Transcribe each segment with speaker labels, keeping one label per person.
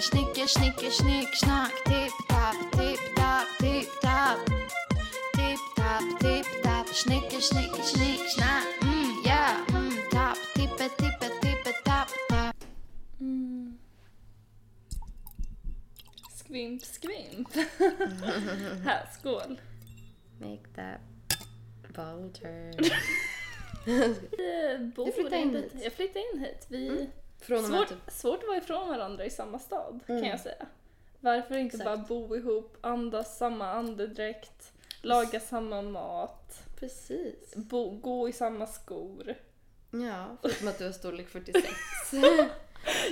Speaker 1: Snicke, snicke, snicksnack Tipp-tapp, tipp-tapp, tipp-tapp Tipp-tapp, tipp-tapp Snicke, snicke, snicksnack Mm, yeah, mm, tapp Tippe, tippe, tippe, tapp, tapp
Speaker 2: Skvimp, skvimp. här, skål.
Speaker 3: Make that boulder.
Speaker 2: Vi bor
Speaker 3: Jag flyttade in
Speaker 2: inte-
Speaker 3: hit.
Speaker 2: Jag flyttade in hit. Vi...
Speaker 3: Från och med
Speaker 2: Svårt,
Speaker 3: typ
Speaker 2: svårt att vara ifrån varandra i samma stad kan
Speaker 3: Mm.
Speaker 2: jag säga. Varför inte
Speaker 3: Exakt.
Speaker 2: bara bo ihop, andas samma andedräkt, laga samma mat,
Speaker 3: precis.
Speaker 2: bo, gå i samma skor.
Speaker 3: Ja, förutom att du har storlek 46.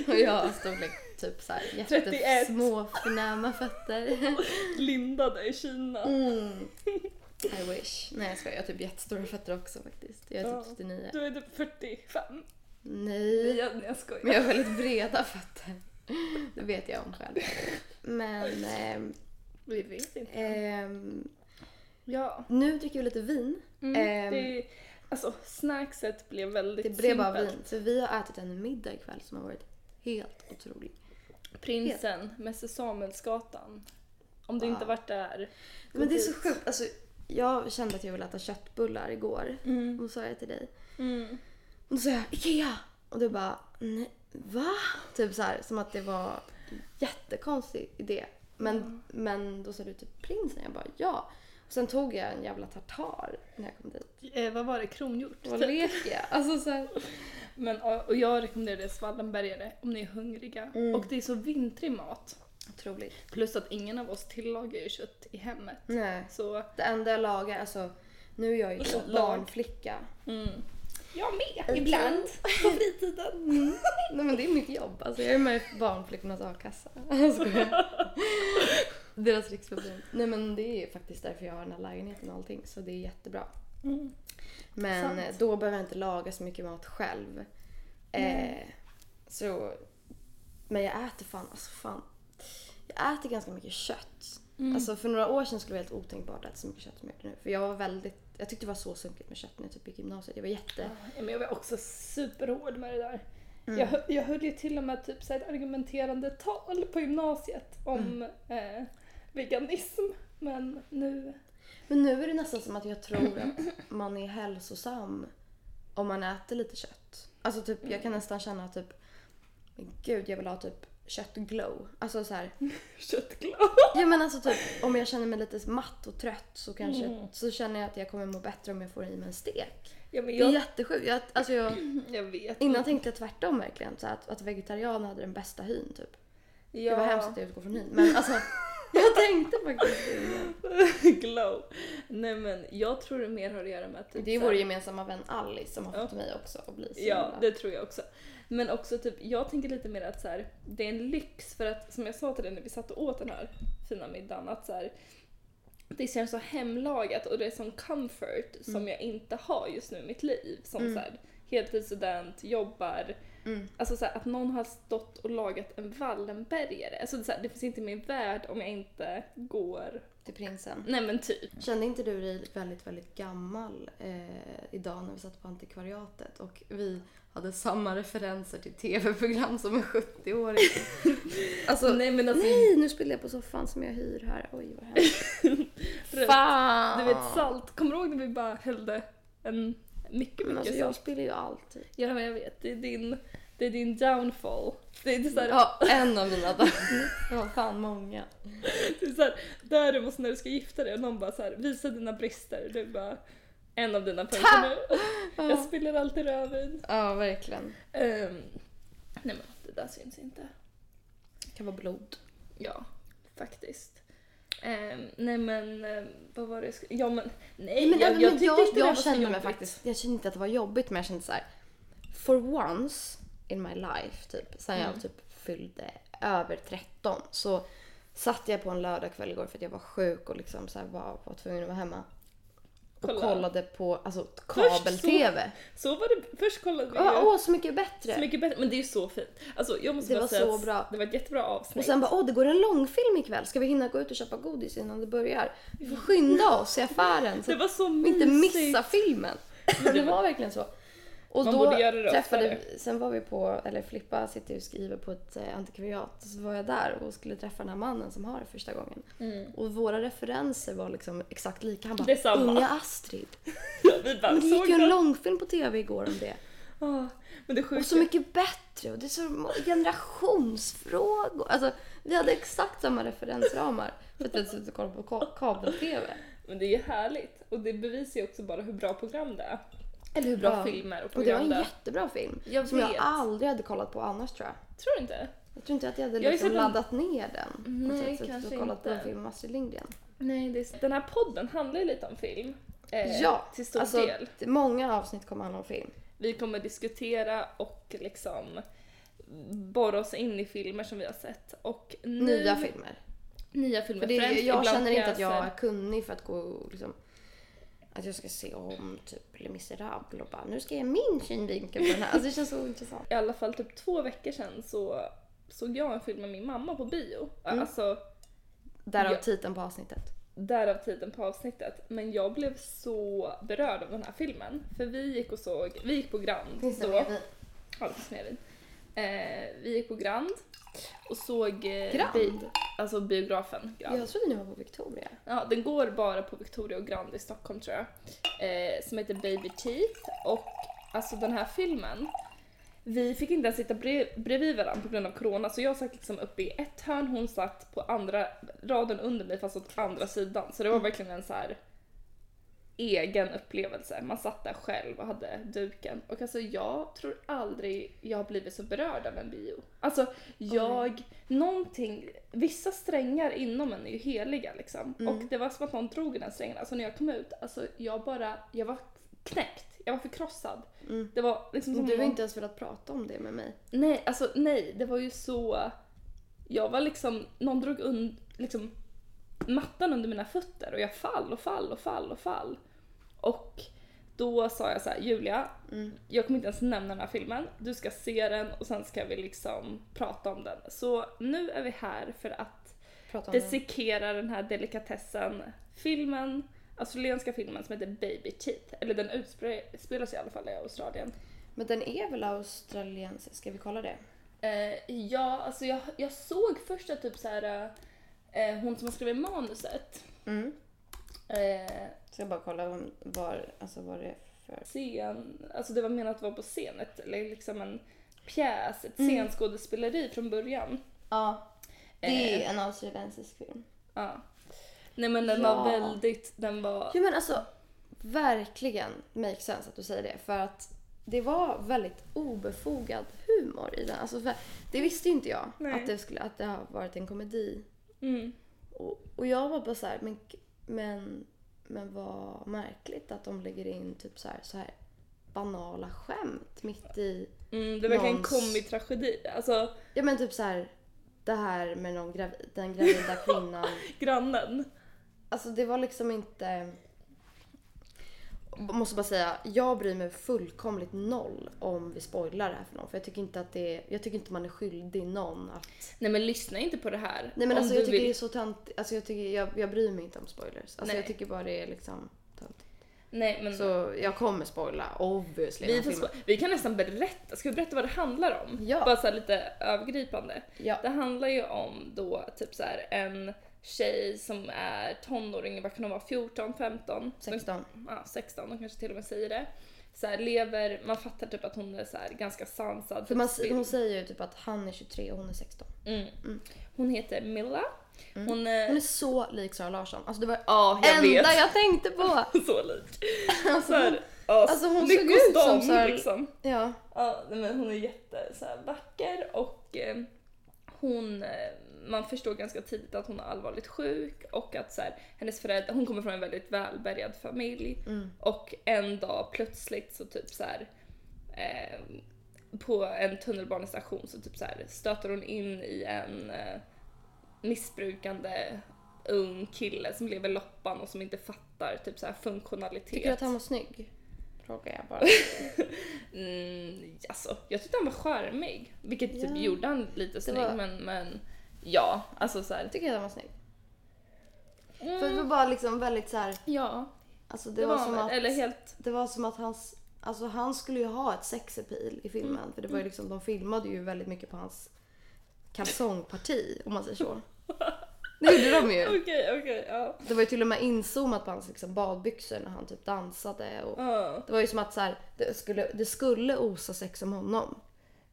Speaker 3: och jag har storlek typ såhär
Speaker 2: 31.
Speaker 3: jättesmå förnäma fötter.
Speaker 2: Lindade i Kina.
Speaker 3: Mm. I wish. Nej jag skojar, jag har typ jättestora fötter också faktiskt. Jag är
Speaker 2: Ja.
Speaker 3: typ 39.
Speaker 2: Du är typ 45.
Speaker 3: Nej.
Speaker 2: Jag, jag skojar.
Speaker 3: Men jag har väldigt breda fötter. Det vet jag om själv. Men ehm,
Speaker 2: Vi vet inte.
Speaker 3: ehm,
Speaker 2: Ja.
Speaker 3: nu dricker vi lite vin.
Speaker 2: Mm,
Speaker 3: Ehm.
Speaker 2: det, alltså snackset blev väldigt
Speaker 3: Det blev bara
Speaker 2: simpelt.
Speaker 3: vin. Så vi har ätit en middag ikväll som har varit helt otrolig.
Speaker 2: Prinsen, Mäster Samuelsgatan. Om du
Speaker 3: Wow.
Speaker 2: inte varit där. typ- gå
Speaker 3: Men det är så
Speaker 2: dit.
Speaker 3: sjukt. Alltså, jag kände att jag ville äta köttbullar igår.
Speaker 2: Mm.
Speaker 3: Och då sa jag till dig.
Speaker 2: Mm.
Speaker 3: Och då sa jag IKEA! Och du bara nej, va? Typ så här, som att det var jättekonstig idé. Men, men då sa du typ prinsen. Jag bara ja. Och sen tog jag en jävla tartar när jag kom dit.
Speaker 2: Eh, vad var det? Kronhjort?
Speaker 3: Vad leker jag? Alltså så här,
Speaker 2: Men, och och jag rekommenderar det Svallenbergare om ni är hungriga.
Speaker 3: Mm.
Speaker 2: Och det är så vintrig mat.
Speaker 3: otroligt.
Speaker 2: Plus att ingen av oss tillagar ju kött i hemmet.
Speaker 3: Nej.
Speaker 2: Så
Speaker 3: Det enda jag lagar, alltså nu är jag ju så
Speaker 2: Lag.
Speaker 3: barnflicka.
Speaker 2: mm. jag med!
Speaker 3: Ibland. På fritiden. Mm. Nej men det är mitt jobb. Alltså, jag är med i Barnflickornas a-kassa. Jag skojar. Deras riksförbund. Nej men det är faktiskt därför jag har den här lägenheten och allting. Så det är jättebra.
Speaker 2: Mm.
Speaker 3: Men
Speaker 2: Sant.
Speaker 3: då behöver jag inte laga så mycket mat själv. Eh, så, men jag äter fan, alltså fan. Jag äter ganska mycket kött.
Speaker 2: Mm.
Speaker 3: Alltså för några år sedan skulle det vara helt otänkbart att äta så mycket kött som jag gör nu. För jag var väldigt, jag tyckte det var så sunkigt med kött när jag typ gick i gymnasiet. Jag var jätte...
Speaker 2: Ja, Men jag var också superhård med det där. Jag, hö- jag höll ju till och med typ så här ett argumenterande tal på gymnasiet om eh, veganism. Men nu...
Speaker 3: Men nu är det nästan som att jag tror att man är hälsosam om man äter lite kött. Alltså typ, jag
Speaker 2: Mm.
Speaker 3: kan nästan känna typ, men gud jag vill ha typ köttglow. Alltså så här,
Speaker 2: Köttglad.
Speaker 3: ja men alltså typ om jag känner mig lite matt och trött så kanske,
Speaker 2: Mm.
Speaker 3: så känner jag att jag kommer må bättre om jag får i mig en stek.
Speaker 2: Ja, men
Speaker 3: Det är
Speaker 2: jag,
Speaker 3: jättesjukt. Jag, alltså jag,
Speaker 2: jag vet.
Speaker 3: innan tänkte jag tvärtom verkligen, så här, att, att vegetarianer hade den bästa hyn typ.
Speaker 2: ja.
Speaker 3: Det var hemskt att jag utgår från hyn men alltså jag tänkte faktiskt det innan.
Speaker 2: Glow. Nej men jag tror det mer har att göra med att typ
Speaker 3: Det är
Speaker 2: så här-
Speaker 3: vår gemensamma vän Alice som har fått mig också att bli så
Speaker 2: Ja,
Speaker 3: himla-
Speaker 2: det tror jag också. Men också typ, jag tänker lite mer att så här, det är en lyx för att som jag sa till dig när vi satt och åt den här fina middagen att så här, det känns så hemlagat och det är sån comfort
Speaker 3: Mm.
Speaker 2: som jag inte har just nu i mitt liv. Som så här, heltidsstudent, jobbar.
Speaker 3: Mm.
Speaker 2: Alltså så här, att någon har stått och lagat en Wallenbergare. Alltså det, är så här, det finns inte i min värld om jag inte går...
Speaker 3: till prinsen.
Speaker 2: Nej men typ.
Speaker 3: Kände inte du dig väldigt, väldigt gammal eh, idag när vi satt på antikvariatet och vi hade samma referenser till tv-program som en 70-åring? alltså, nej,
Speaker 2: Nej men alltså
Speaker 3: nu spiller jag på soffan som jag hyr här. Oj, vad hemskt.
Speaker 2: Rött.
Speaker 3: Fan!
Speaker 2: Du vet salt, kommer du ihåg när vi bara hällde en mycket,
Speaker 3: Men
Speaker 2: mycket
Speaker 3: alltså,
Speaker 2: salt?
Speaker 3: jag spiller ju alltid.
Speaker 2: Ja, men jag vet. Det är din, det är din downfall. Det är så här,
Speaker 3: Ja, en av mina dagar. Ja, fan många.
Speaker 2: det är så här, däremot när du ska gifta dig och någon bara så här, visa dina brister. Du bara, en av dina punkter nu. Jag
Speaker 3: Ja,
Speaker 2: spiller alltid rödvin.
Speaker 3: ja verkligen.
Speaker 2: Ehm, nej men det där syns inte.
Speaker 3: Det kan vara blod.
Speaker 2: Ja, faktiskt. Ehm, nej men, ehm, vad var det jag skulle... Ja men, nej
Speaker 3: Men,
Speaker 2: jag,
Speaker 3: jag,
Speaker 2: jag
Speaker 3: men
Speaker 2: tyckte
Speaker 3: jag,
Speaker 2: inte det
Speaker 3: jag,
Speaker 2: var så
Speaker 3: kände mig
Speaker 2: jobbigt.
Speaker 3: faktiskt, jag kände inte att det var jobbigt men jag kände så här. For once in my life typ, sen
Speaker 2: Mm.
Speaker 3: jag typ fyllde över 13 så satt jag på en lördagkväll igår för att jag var sjuk och liksom så här var, var tvungen att vara hemma. Och
Speaker 2: Kolla.
Speaker 3: kollade på alltså,
Speaker 2: Först
Speaker 3: kabel-tv.
Speaker 2: Så var det, först kollade vi
Speaker 3: Ja,
Speaker 2: ju-
Speaker 3: Åh, så mycket bättre!
Speaker 2: Så mycket bättre, men det är ju så fint. Alltså jag måste
Speaker 3: Det
Speaker 2: bara
Speaker 3: var
Speaker 2: säga
Speaker 3: så
Speaker 2: att
Speaker 3: bra.
Speaker 2: det var ett jättebra avsnitt.
Speaker 3: och sen bara, åh det går en långfilm ikväll, ska vi hinna gå ut och köpa godis innan det börjar? Vi får skynda oss i affären så
Speaker 2: det
Speaker 3: att
Speaker 2: var så
Speaker 3: vi
Speaker 2: mysigt.
Speaker 3: inte missar filmen. Men det var verkligen så. Och
Speaker 2: Man
Speaker 3: då
Speaker 2: borde göra det
Speaker 3: träffade,
Speaker 2: oftare.
Speaker 3: sen var vi på, eller Flippa sitter ju och skriver på ett eh, antikvariat. Så var jag där och skulle träffa den här mannen som har det första gången.
Speaker 2: Mm.
Speaker 3: Och våra referenser var liksom exakt lika. Han bara
Speaker 2: Detsamma.
Speaker 3: “Unga Astrid”.
Speaker 2: Vi bara
Speaker 3: Men det gick
Speaker 2: såg
Speaker 3: ju en
Speaker 2: dem.
Speaker 3: långfilm på TV igår om det.
Speaker 2: Ah, Men det sjuka
Speaker 3: Och så mycket bättre och det är så må- generationsfrågor. Alltså, vi hade exakt samma referensramar för att vi hade suttit och kollat på ka- kabel-TV.
Speaker 2: Men det är ju härligt och det bevisar ju också bara hur bra program det är. Eller hur bra
Speaker 3: Ja.
Speaker 2: filmer och
Speaker 3: Och det var
Speaker 2: program
Speaker 3: en
Speaker 2: det är.
Speaker 3: jättebra film.
Speaker 2: Jag
Speaker 3: som jag
Speaker 2: vet.
Speaker 3: aldrig hade kollat på annars tror jag.
Speaker 2: Tror du inte?
Speaker 3: Jag tror inte att jag hade
Speaker 2: Jag har ju
Speaker 3: liksom
Speaker 2: sett en-
Speaker 3: laddat ner den.
Speaker 2: Nej,
Speaker 3: och sen suttit
Speaker 2: kanske
Speaker 3: och kollat på en
Speaker 2: inte.
Speaker 3: film med Astrid Lindgren.
Speaker 2: Nej, det är... den här podden handlar ju lite om film. Eh,
Speaker 3: ja,
Speaker 2: Till stor
Speaker 3: alltså,
Speaker 2: del.
Speaker 3: det- Många avsnitt kommer handla om film.
Speaker 2: Vi kommer diskutera och liksom borra oss in i filmer som vi har sett. Och nu...
Speaker 3: Nya filmer.
Speaker 2: Nya filmer
Speaker 3: För det,
Speaker 2: Mm. främst.
Speaker 3: jag
Speaker 2: ibland
Speaker 3: känner inte att jag
Speaker 2: pjäser.
Speaker 3: är kunnig för att gå och liksom, att jag ska se om typ Les Misérables och bara nu ska jag ge min synvinkel på den här. Alltså det känns så intressant.
Speaker 2: I alla fall typ två veckor sedan så såg jag en film med min mamma på bio. Alltså,
Speaker 3: Därav
Speaker 2: Ja.
Speaker 3: titeln på avsnittet.
Speaker 2: därav tiden på avsnittet. Men jag blev så berörd av den här filmen. För vi gick och såg, vi gick på Grand då. Ja, det finns mer vin. Eh, vi gick på Grand och såg eh,
Speaker 3: Grand?
Speaker 2: alltså biografen Grand.
Speaker 3: Jag trodde ni var på Victoria.
Speaker 2: Ja, den går bara på Victoria och Grand i Stockholm tror jag. Eh, som heter Baby Teeth och alltså den här filmen vi fick inte ens sitta brev, bredvid varandra på grund av corona så jag satt liksom uppe i ett hörn, hon satt på andra raden under mig fast åt andra sidan. Så det var verkligen en så här egen upplevelse. Man satt där själv och hade duken. Och alltså jag tror aldrig jag har blivit så berörd av en bio. Alltså jag, någonting, vissa strängar inom en är ju heliga liksom. Och det var som att någon drog i den strängen. Alltså när jag kom ut, alltså jag bara, jag var knäckt. Jag var förkrossad. Det var liksom som
Speaker 3: Du har
Speaker 2: någon-
Speaker 3: inte ens velat prata om det med mig.
Speaker 2: Nej, alltså nej, det var ju så... Jag var liksom, någon drog und, liksom mattan under mina fötter och jag fall och fall och fall och fall. Och då sa jag så här, Julia, jag kommer inte ens nämna den här filmen. Du ska se den och sen ska vi liksom prata om den. Så nu är vi här för att
Speaker 3: Prata om det.
Speaker 2: dissekera den här delikatessen. Filmen, australienska filmen som heter Baby Teeth. Eller den utspelar sig i alla fall i Australien.
Speaker 3: Men den är väl australiensisk? Ska vi kolla det?
Speaker 2: Eh, ja, alltså jag, jag såg först att typ så här, eh, hon som har skrivit manuset,
Speaker 3: Mm.
Speaker 2: eh,
Speaker 3: Ska jag bara kolla om- var, alltså vad det är för...
Speaker 2: scen, alltså det var menat att vara på scen, ett, eller liksom en pjäs, ett
Speaker 3: Mm.
Speaker 2: scenskådespeleri från början.
Speaker 3: Ja. Det
Speaker 2: Eh.
Speaker 3: är en australiensisk film.
Speaker 2: Ja. Nej men den
Speaker 3: Ja.
Speaker 2: var väldigt, den var...
Speaker 3: Ja men alltså verkligen makes sense att du säger det för att det var väldigt obefogad humor i den. Alltså för, det visste ju inte jag
Speaker 2: Nej.
Speaker 3: att det, skulle, att det har varit en komedi.
Speaker 2: Mm.
Speaker 3: Och, och jag var bara så här, men, men, men vad märkligt att de lägger in typ så här, så här banala skämt mitt i.
Speaker 2: Mm, det var verkligen en
Speaker 3: Någons-
Speaker 2: komitragedi. Alltså
Speaker 3: Ja men typ så här det här med någon gravi, den gravida kvinnan.
Speaker 2: grannen.
Speaker 3: Alltså det var liksom inte... Måste bara säga, jag bryr mig fullkomligt noll om vi spoilar det här för någon. För jag tycker inte att det är, jag tycker inte man är skyldig någon att...
Speaker 2: Nej men lyssna inte på det här.
Speaker 3: Nej
Speaker 2: om
Speaker 3: men alltså jag
Speaker 2: du
Speaker 3: tycker
Speaker 2: vill.
Speaker 3: det är så töntigt. Alltså jag, tycker, jag, jag bryr mig inte om spoilers. Alltså
Speaker 2: Nej.
Speaker 3: jag tycker bara det är liksom töntigt.
Speaker 2: Nej, men
Speaker 3: Så jag kommer spoila, obviously.
Speaker 2: Vi,
Speaker 3: den här
Speaker 2: får,
Speaker 3: filmen.
Speaker 2: spo- vi kan nästan berätta, ska vi berätta vad det handlar om?
Speaker 3: Ja.
Speaker 2: Bara så här lite övergripande.
Speaker 3: Ja.
Speaker 2: Det handlar ju om då typ så här en tjej som är tonåring, vad kan hon vara, 14, 15?
Speaker 3: 16.
Speaker 2: Ja, 16, de kanske till och med säger det. Så här, lever, man fattar typ att hon är så här ganska sansad.
Speaker 3: För man,
Speaker 2: typ,
Speaker 3: hon säger ju typ att han är 23 och hon är 16.
Speaker 2: mm. Hon heter Milla. Hon är...
Speaker 3: Mm. Hon är så lik Sara Larsson. Alltså det var
Speaker 2: Ja,
Speaker 3: det
Speaker 2: jag
Speaker 3: enda
Speaker 2: vet.
Speaker 3: jag tänkte på!
Speaker 2: Så lik.
Speaker 3: Alltså,
Speaker 2: Så här, ja,
Speaker 3: alltså hon
Speaker 2: lyckos
Speaker 3: såg ut som
Speaker 2: dem,
Speaker 3: så här-
Speaker 2: liksom.
Speaker 3: Ja.
Speaker 2: Ja, nej, men hon är jätte så här, vacker och eh, hon, eh, man förstår ganska tidigt att hon är allvarligt sjuk och att så här, hennes föräldrar, hon kommer från en väldigt välbärgad familj
Speaker 3: Mm.
Speaker 2: och en dag plötsligt så typ så här eh, på en tunnelbanestation så typ så här stöter hon in i en eh, missbrukande ung kille som lever loppan och som inte fattar typ så här funktionalitet.
Speaker 3: Tycker du att han var snygg? Frågar jag bara.
Speaker 2: Mm, alltså, jag tyckte han var charmig. Vilket
Speaker 3: Ja.
Speaker 2: typ gjorde han lite snygg
Speaker 3: var-
Speaker 2: men, men ja, alltså så här.
Speaker 3: Jag tycker att han var snygg. För det
Speaker 2: Mm,
Speaker 3: var bara liksom väldigt så här,
Speaker 2: ja,
Speaker 3: alltså det,
Speaker 2: det
Speaker 3: var,
Speaker 2: var
Speaker 3: som
Speaker 2: han
Speaker 3: att,
Speaker 2: väl. Eller helt...
Speaker 3: det var som att hans Alltså han skulle ju ha ett sex appeal i filmen.
Speaker 2: Mm.
Speaker 3: För det var ju liksom, de filmade ju väldigt mycket på hans kalsongparti om man säger så. Det gjorde de ju.
Speaker 2: Okej, okej, ja.
Speaker 3: Det var ju till och med inzoomat på hans liksom, badbyxor när han typ dansade. Och
Speaker 2: ja.
Speaker 3: det var ju som att så här, det, skulle, det skulle osa sex om honom.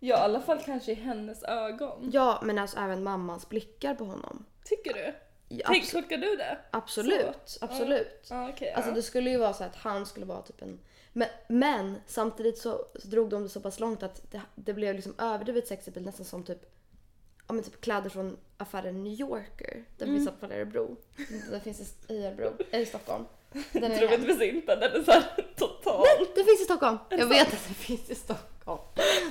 Speaker 2: Ja, i alla fall kanske i hennes ögon.
Speaker 3: Ja, men alltså även mammans blickar på honom.
Speaker 2: Tycker du?
Speaker 3: Ja,
Speaker 2: Tänk,
Speaker 3: abso-
Speaker 2: tolkar du det?
Speaker 3: absolut,
Speaker 2: så.
Speaker 3: absolut.
Speaker 2: Ja, okej.
Speaker 3: Alltså
Speaker 2: ja.
Speaker 3: det skulle ju vara så att han skulle vara typ en... Men, men samtidigt så, så drog de det så pass långt att det, det blev liksom överdrivet sexappeal nästan som typ, ja, men typ kläder från affären New Yorker. Den
Speaker 2: Mm.
Speaker 3: finns i alla fall i Örebro. Den finns i- i Örebro, eh, i Stockholm. Den
Speaker 2: Jag
Speaker 3: är
Speaker 2: tror
Speaker 3: hem.
Speaker 2: inte vi ser inte, den är såhär total.
Speaker 3: Den finns i Stockholm! Jag vet att den finns i Stockholm.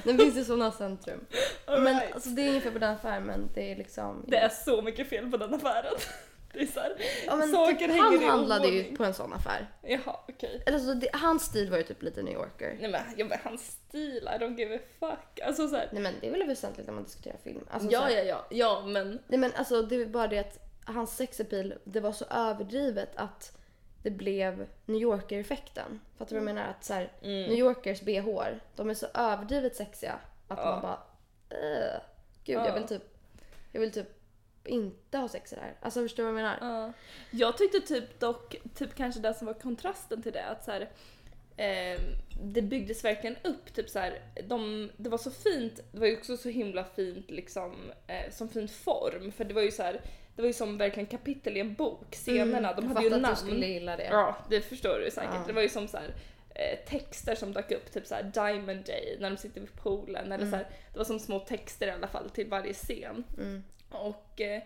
Speaker 3: Den finns i sådana centrum.
Speaker 2: All
Speaker 3: Men
Speaker 2: right.
Speaker 3: alltså det är inget fel på den affären men det är liksom...
Speaker 2: Det är så mycket fel på den affären. Det är såhär,
Speaker 3: ja, men
Speaker 2: saker
Speaker 3: typ,
Speaker 2: hänger
Speaker 3: han
Speaker 2: i
Speaker 3: handlade ju
Speaker 2: oordning.
Speaker 3: på en sån affär.
Speaker 2: Jaha, okej.
Speaker 3: Alltså, det, hans stil var ju typ lite New Yorker.
Speaker 2: Nej men, ja, men hans stil, I don't give a fuck. Alltså såhär.
Speaker 3: Nej men det är väl väsentligt när man diskuterar film. Alltså, så
Speaker 2: Ja,
Speaker 3: här-
Speaker 2: ja, ja. Ja, men.
Speaker 3: Nej men alltså det är bara det att hans sexappeal, det var så överdrivet att det blev New Yorker-effekten. Fattar du
Speaker 2: Mm.
Speaker 3: vad jag menar? Att så här, New Yorkers bh, de är så överdrivet sexiga att
Speaker 2: Ja.
Speaker 3: man bara "Ugh, Gud
Speaker 2: Ja.
Speaker 3: jag vill typ, jag vill typ inte ha sex i det här. Alltså förstår du vad jag menar?
Speaker 2: Ja. Jag tyckte typ dock, typ kanske det som var kontrasten till det, att så här, ehm, det byggdes verkligen upp, typ så här, de, det var så fint, det var ju också så himla fint liksom, eh, som fin form, för det var ju så här, det var ju som verkligen kapitel i en bok, scenerna, de
Speaker 3: Mm, jag
Speaker 2: hade ju
Speaker 3: fattar
Speaker 2: namn.
Speaker 3: att du skulle gilla det.
Speaker 2: Ja, det förstår du säkert.
Speaker 3: Ja.
Speaker 2: Det var ju som så här, eh, texter som dök upp, typ så här Diamond Day när de sitter vid poolen. Eller
Speaker 3: Mm.
Speaker 2: så här, det var som små texter i alla fall till varje scen.
Speaker 3: Mm.
Speaker 2: Och eh,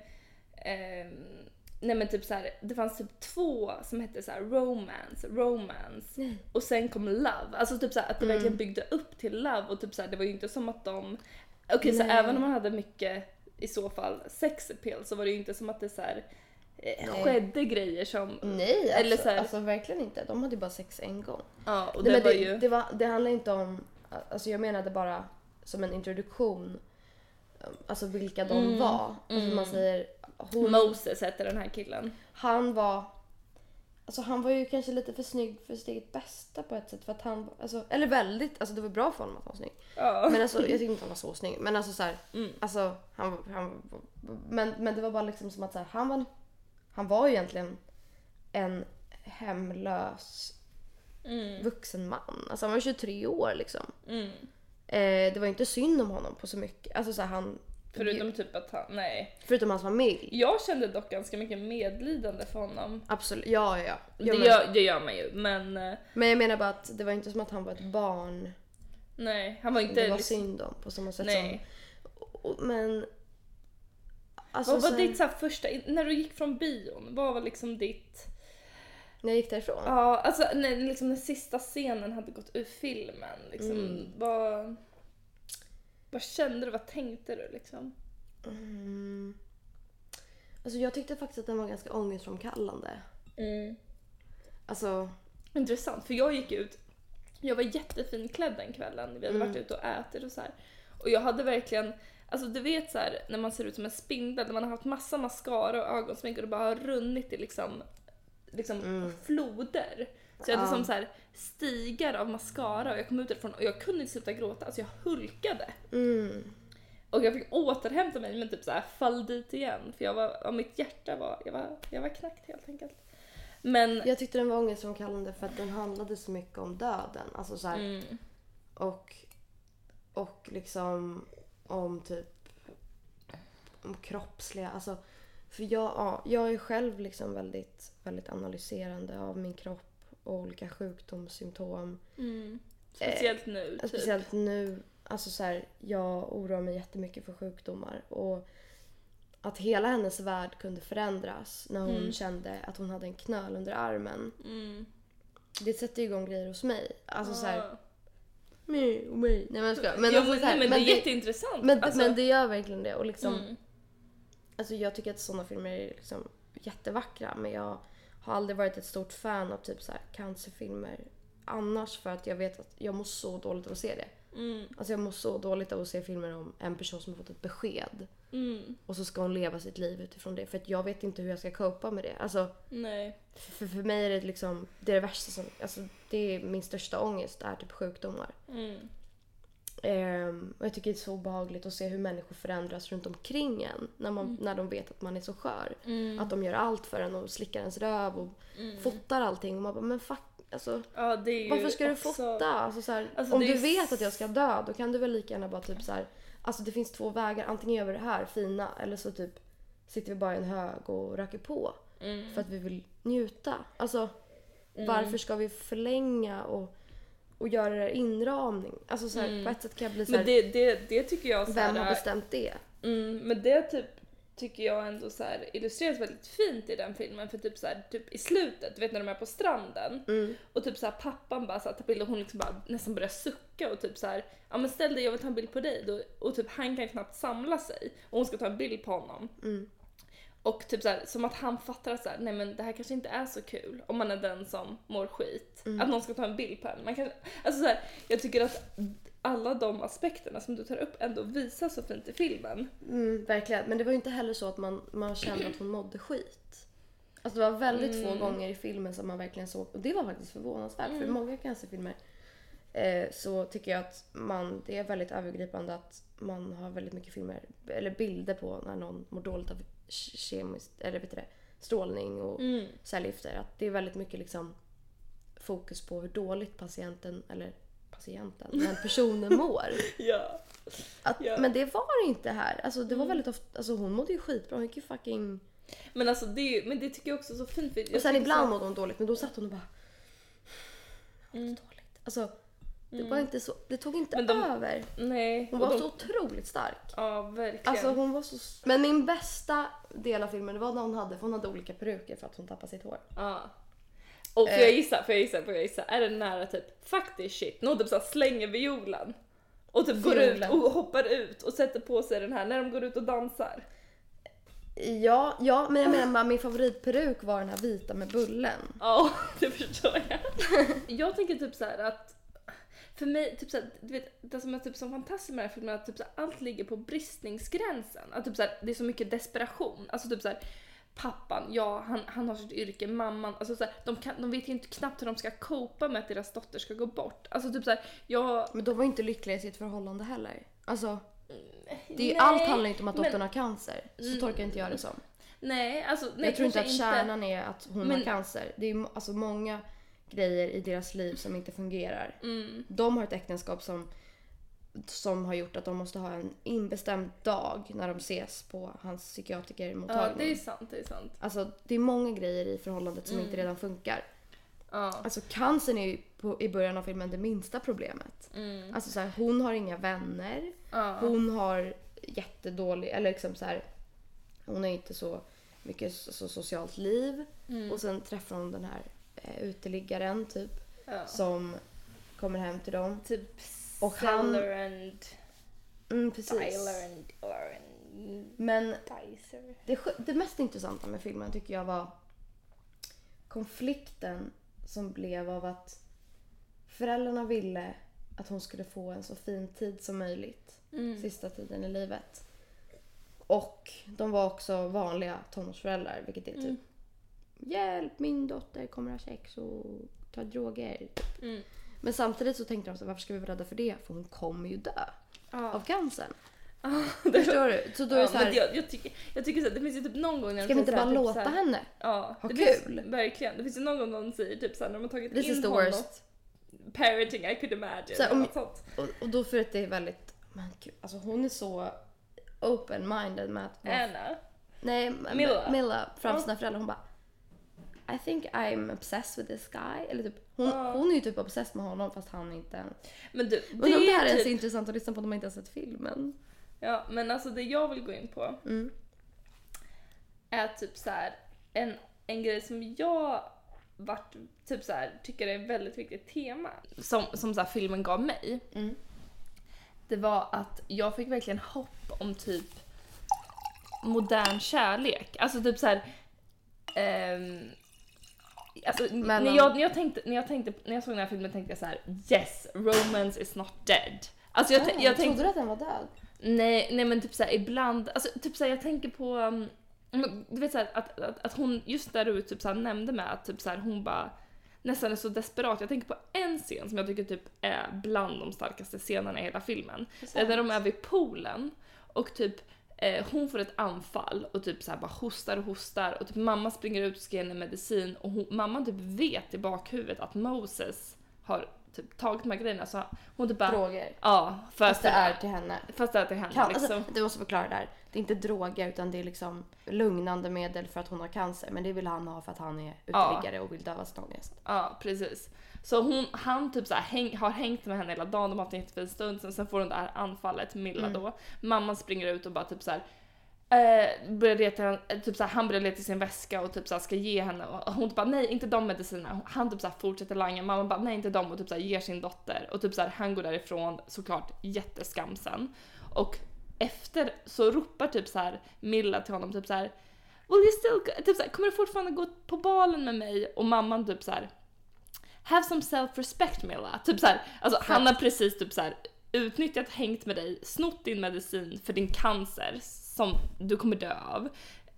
Speaker 2: ehm, nej men typ så här, det fanns typ två som hette så här romance, romance och sen kom love. Alltså typ så här, att det
Speaker 3: Mm.
Speaker 2: verkligen byggde upp till love och typ så här, det var ju inte som att de... Okej så
Speaker 3: Nej.
Speaker 2: även om man hade mycket i så fall sex appeal så var det ju inte som att det så här, eh,
Speaker 3: Nej.
Speaker 2: skedde grejer som
Speaker 3: Nej, alltså,
Speaker 2: Eller så här-
Speaker 3: alltså verkligen inte. De hade ju bara sex en gång.
Speaker 2: Ja, och det,
Speaker 3: Nej, men
Speaker 2: var
Speaker 3: det,
Speaker 2: ju...
Speaker 3: det, var, det handlar inte om... Alltså jag menade bara som en introduktion. Alltså vilka de
Speaker 2: Mm,
Speaker 3: var. Alltså man säger... Hon,
Speaker 2: Moses hette den här killen.
Speaker 3: han var... Alltså han var ju kanske lite för snygg för sitt eget bästa på ett sätt. För att han, alltså, eller väldigt, alltså det var bra för honom att han var snygg.
Speaker 2: Ja.
Speaker 3: Men alltså, jag tyckte inte han var så snygg. Men alltså så här,
Speaker 2: Mm.
Speaker 3: alltså, han, han, men, men det var bara liksom som att så här, han, var, han var ju egentligen en hemlös
Speaker 2: Mm.
Speaker 3: vuxen man. Alltså han var 23 år liksom.
Speaker 2: Mm.
Speaker 3: Eh, det var inte synd om honom på så mycket. Alltså så här, han,
Speaker 2: Förutom typ att han, nej.
Speaker 3: förutom hans familj.
Speaker 2: Jag kände dock ganska mycket medlidande för honom.
Speaker 3: Absolut, ja ja, ja. Jag
Speaker 2: det,
Speaker 3: men,
Speaker 2: gör, det gör man ju, men eh,
Speaker 3: men jag menar bara att det var inte som att han var ett barn
Speaker 2: nej. Han var
Speaker 3: det,
Speaker 2: inte...
Speaker 3: var
Speaker 2: liksom,
Speaker 3: synd om på samma sätt
Speaker 2: nej.
Speaker 3: som... Och, men... Alltså,
Speaker 2: Vad var
Speaker 3: sen,
Speaker 2: ditt så här, första, när du gick från bion, vad var liksom ditt...
Speaker 3: När jag gick därifrån?
Speaker 2: Ja, alltså när, liksom den sista scenen hade gått ur filmen, liksom,
Speaker 3: Mm.
Speaker 2: vad... Vad kände du, vad tänkte du liksom?
Speaker 3: Mm. Alltså jag tyckte faktiskt att den var ganska ångestframkallande. Mm. Alltså,
Speaker 2: Intressant, för jag gick ut, jag var jättefin klädd den kvällen, vi hade varit ute och ätit och så här. Och jag hade verkligen, alltså du vet så här, när man ser ut som en spindel, när man har haft massa mascara och ögonsmink och det bara har runnit i liksom, liksom floder. Så jag hade
Speaker 3: Ja.
Speaker 2: som så här stigar av mascara och jag kom ut därifrån och jag kunde inte sluta gråta, alltså jag hulkade.
Speaker 3: mm.
Speaker 2: Och jag fick återhämta mig men typ så här fall dit igen för jag var, ja, mitt hjärta var, jag var, jag var knäckt helt enkelt. Men,
Speaker 3: Jag tyckte den var ångestframkallande för att den handlade så mycket om döden. Alltså så här,
Speaker 2: mm,
Speaker 3: Och, och liksom om typ om kroppsliga, alltså för jag, ja, jag är själv liksom väldigt, väldigt analyserande av min kropp och olika sjukdomssymptom.
Speaker 2: mm, speciellt nu typ.
Speaker 3: Eh, Speciellt nu, alltså så här, jag oroar mig jättemycket för sjukdomar och att hela hennes värld kunde förändras när hon kände att hon hade en knöl under armen.
Speaker 2: Mm.
Speaker 3: Det sätter ju igång grejer hos mig. Alltså så här,
Speaker 2: Ja.
Speaker 3: mig och mig. Nej men jag skojar. Men,
Speaker 2: Ah. jo,
Speaker 3: alltså,
Speaker 2: men,
Speaker 3: så här,
Speaker 2: nej, men, det är
Speaker 3: det-
Speaker 2: jätteintressant.
Speaker 3: Men,
Speaker 2: alltså,
Speaker 3: men det gör verkligen det. Och liksom,
Speaker 2: mm,
Speaker 3: alltså jag tycker att sådana filmer är liksom jättevackra men jag har aldrig varit ett stort fan av typ så här cancerfilmer annars för att jag vet att jag mår så dåligt av att se det.
Speaker 2: mm,
Speaker 3: Alltså jag mår så dåligt av att se filmer om en person som har fått ett besked.
Speaker 2: Mm.
Speaker 3: Och så ska hon leva sitt liv utifrån det. För att jag vet inte hur jag ska copa med det. Alltså,
Speaker 2: Nej.
Speaker 3: för, för mig är det liksom det, är det värsta som... Alltså, det är min största ångest, är typ sjukdomar.
Speaker 2: Mm.
Speaker 3: Ehm, och jag tycker det är så obehagligt att se hur människor förändras runt omkring en. När, man, när de vet att man är så skör.
Speaker 2: Mm.
Speaker 3: Att de gör allt för en och slickar ens röv och fotar allting. Och man bara, men fuck. Alltså,
Speaker 2: Ja, det är ju
Speaker 3: varför ska du
Speaker 2: också-
Speaker 3: fota? Alltså, så här,
Speaker 2: Alltså,
Speaker 3: om
Speaker 2: det är
Speaker 3: du
Speaker 2: ju-
Speaker 3: vet att jag ska dö, då kan du väl lika gärna bara typ så här. Alltså det finns två vägar. Antingen gör vi det här fina eller så typ sitter vi bara i en hög och röker på.
Speaker 2: Mm.
Speaker 3: För att vi vill njuta. Alltså varför ska vi förlänga och, och göra det här inramning? Alltså så här, på ett sätt kan jag bli så här,
Speaker 2: Mm. Men det, det, det tycker jag så
Speaker 3: vem har
Speaker 2: här,
Speaker 3: bestämt det?
Speaker 2: Mm, men det typ tycker jag ändå så här illustreras väldigt fint i den filmen för typ så här, typ i slutet, du vet när de är på stranden och typ så här pappan bara så här, tar bild och hon liksom bara nästan börjar sucka och typ så här ja men ställ dig jag vill ta en bild på dig då, och typ han kan knappt samla sig och hon ska ta en bild på honom. Och typ så här, som att han fattar att så här, nej men det här kanske inte är så kul om man är den som mår skit. Att någon ska ta en bild på en. Man kan, alltså så här, jag tycker att alla de aspekterna som du tar upp ändå visas så fint i filmen.
Speaker 3: Mm, verkligen. Men det var ju inte heller så att man, man kände att hon mådde skit. Alltså det var väldigt få gånger i filmen som man verkligen såg, och det var faktiskt förvånansvärt för i många cancerfilmer eh, så tycker jag att man, det är väldigt övergripande att man har väldigt mycket filmer, eller bilder på när någon mår dåligt av ke- kemiskt, eller vet du det, strålning och
Speaker 2: Mm.
Speaker 3: cellgifter. Att det är väldigt mycket liksom fokus på hur dåligt patienten, eller patienten, men personen mår.
Speaker 2: Ja.
Speaker 3: Att,
Speaker 2: Ja. Mm.
Speaker 3: Men det var det inte här. Alltså, det var väldigt ofta, alltså, hon mådde ju skitbra. Hon gick ju fucking...
Speaker 2: Men alltså det, är ju- men det tycker jag också är så fint. För jag
Speaker 3: Och sen
Speaker 2: tycker
Speaker 3: ibland
Speaker 2: så-
Speaker 3: mådde hon dåligt men då satt hon och bara... Jag
Speaker 2: Mm.
Speaker 3: mådde dåligt. Alltså, det var inte så... Det tog inte
Speaker 2: Men de-
Speaker 3: över.
Speaker 2: Nej.
Speaker 3: Hon
Speaker 2: och
Speaker 3: var
Speaker 2: de-
Speaker 3: så otroligt stark.
Speaker 2: Ja, verkligen.
Speaker 3: Alltså hon var så... Men min bästa del av filmen det var när hon hade, för hon hade olika peruker för att hon tappade sitt hår.
Speaker 2: ja. Och får jag
Speaker 3: Eh.
Speaker 2: gissa, får jag gissa, får jag gissa. Är det nära typ fuck this shit? Någon typ så här slänger violen. Och typ går ut
Speaker 3: Violen.
Speaker 2: och hoppar ut och sätter på sig den här när de går ut och dansar.
Speaker 3: Ja, ja men jag menar
Speaker 2: Ah.
Speaker 3: bara, min favoritperuk var den här vita med bullen.
Speaker 2: Ja, det förstår jag. jag tänker typ så här att för mig, typ så här, du vet, det som är typ som fantastiskt med den här filmen är att typ så här, allt ligger på bristningsgränsen. Att typ så här, det är så mycket desperation. Alltså typ så här, pappan, ja han, han har sitt yrke, mamman, alltså så här, de, kan, de vet ju inte knappt hur de ska copa med att deras dotter ska gå bort. Alltså typ så här, jag...
Speaker 3: Men de var ju inte lyckliga i sitt förhållande heller. Alltså, det är ju,
Speaker 2: Nej,
Speaker 3: allt handlar inte om att
Speaker 2: men- Mm.
Speaker 3: dottern har cancer. Så tolkar inte jag det som.
Speaker 2: Nej, alltså nej,
Speaker 3: jag tror inte att
Speaker 2: kanske
Speaker 3: kärnan är att hon
Speaker 2: Men-
Speaker 3: har cancer. Det är ju må- alltså många grejer i deras liv som inte fungerar.
Speaker 2: Mm.
Speaker 3: De har ett äktenskap som, som har gjort att de måste ha en inbestämd dag när de ses på hans
Speaker 2: Ja, det
Speaker 3: psykiatrikermottagning.
Speaker 2: är sant, det är sant.
Speaker 3: Alltså det är många grejer i förhållandet som
Speaker 2: Mm.
Speaker 3: inte redan funkar.
Speaker 2: Ja.
Speaker 3: Alltså cancern är ju på, i början av filmen det minsta problemet. Alltså så här, hon har inga vänner.
Speaker 2: Mm. Ja.
Speaker 3: Hon har jättedålig, eller liksom så här, hon har inte så mycket so- so- socialt liv.
Speaker 2: Mm.
Speaker 3: Och sen träffar hon den här eh, uteliggaren typ.
Speaker 2: Ja.
Speaker 3: Som kommer hem till dem.
Speaker 2: Typ
Speaker 3: Och han-
Speaker 2: Seller and...
Speaker 3: Mm, precis.
Speaker 2: Tyler and... and
Speaker 3: Men
Speaker 2: Dicer.
Speaker 3: det, skö- det mest intressanta med filmen tycker jag var konflikten som blev av att föräldrarna ville att hon skulle få en så fin tid som möjligt
Speaker 2: Mm.
Speaker 3: sista tiden i livet. Och de var också vanliga tonårsföräldrar vilket är typ
Speaker 2: Mm.
Speaker 3: Hjälp, min dotter kommer ha sex och ta droger. typ.
Speaker 2: Mm.
Speaker 3: Men samtidigt så tänkte de så här, varför ska vi vara rädda för det? För hon kommer ju dö av cancern. Förstår du? Så då är
Speaker 2: Ja,
Speaker 3: det så här,
Speaker 2: men jag, jag tycker, jag tycker så här, det finns ju typ någon gång när de
Speaker 3: Ska vi inte
Speaker 2: säger
Speaker 3: bara
Speaker 2: så här,
Speaker 3: låta
Speaker 2: typ så här,
Speaker 3: henne?
Speaker 2: Ja,
Speaker 3: Ha
Speaker 2: det
Speaker 3: kul?
Speaker 2: Finns, verkligen. Det finns ju någon gång någon säger typ såhär när de har tagit
Speaker 3: This
Speaker 2: in
Speaker 3: is the
Speaker 2: honom.
Speaker 3: worst.
Speaker 2: Parenting I could imagine.
Speaker 3: Så här, om-
Speaker 2: eller något sånt.
Speaker 3: Och, och då för att det är väldigt... Men gud, alltså hon är så open-minded med att...
Speaker 2: Anna.
Speaker 3: nej, men-
Speaker 2: Äh, Milla.
Speaker 3: Milla framför
Speaker 2: Ja.
Speaker 3: sina föräldrar. Hon bara... I think I'm obsessed with this guy. Eller typ, hon,
Speaker 2: Ja.
Speaker 3: hon är ju typ obsessed med honom fast han inte ens...
Speaker 2: Men du,
Speaker 3: Men om det här
Speaker 2: är
Speaker 3: ens är
Speaker 2: typ-
Speaker 3: intressant att lyssna på när man inte har sett filmen.
Speaker 2: Ja, men alltså det jag vill gå in på
Speaker 3: Mm.
Speaker 2: är typ så här en, en grej som jag vart, typ så här, tycker är ett väldigt viktigt tema som, som så här, filmen gav mig.
Speaker 3: Mm.
Speaker 2: Det var att jag fick verkligen hopp om typ modern kärlek. Alltså typ så här. ehm, Alltså, n-
Speaker 3: Mellan-
Speaker 2: när, jag, när, jag tänkte, när, jag tänkte, när jag såg den här filmen tänkte jag så här: yes, romance is not dead. Alltså jag,
Speaker 3: Ah,
Speaker 2: tän- jag tänkte,
Speaker 3: Trodde du att den var död?
Speaker 2: Nej, nej men typ såhär ibland, alltså typ såhär jag tänker på, um, men du vet såhär att, att, att hon just där ute typ såhär nämnde med att typ såhär hon bara nästan är så desperat. Jag tänker på en scen som jag tycker typ är bland de starkaste scenerna i hela filmen. Det är när de är vid poolen och typ eh, hon får ett anfall och typ såhär bara hostar och hostar och typ mamma springer ut och ska ge henne medicin och hon, mamma typ vet i bakhuvudet att Moses har typ tagit de här grejerna så hon typ bara
Speaker 3: Droger.
Speaker 2: Ja, för
Speaker 3: Fast det är till henne.
Speaker 2: Fast det är till henne
Speaker 3: Kan,
Speaker 2: liksom.
Speaker 3: alltså, du måste förklara där. Det är inte droger utan det är liksom lugnande medel för att hon har cancer. Men det vill han ha för att han är uteliggare och vill döva sin ångest.
Speaker 2: Ja, precis. Så hon, han typ så här, häng, har hängt med henne hela dagen, de har haft en jättefin stund, sen, sen får hon det här anfallet, Milla då. Mamman springer ut och bara typ så här, eh, börjar leta, eh, typ så här, han börjar leta i sin väska och typ så här, ska ge henne och hon typ bara nej inte de medicinerna. Han typ så här, fortsätter langa, mamman bara nej inte de och typ så här, ger sin dotter och typ så här, han går därifrån såklart jätteskamsen. Och efter så ropar typ så här Milla till honom typ så här Will you still go? Typ så här, kommer du fortfarande gå på balen med mig? Och mamman typ så här Have some self-respect Milla. Typ så här, alltså han har precis typ så här utnyttjat, hängt med dig, snott din medicin för din cancer som du kommer dö av.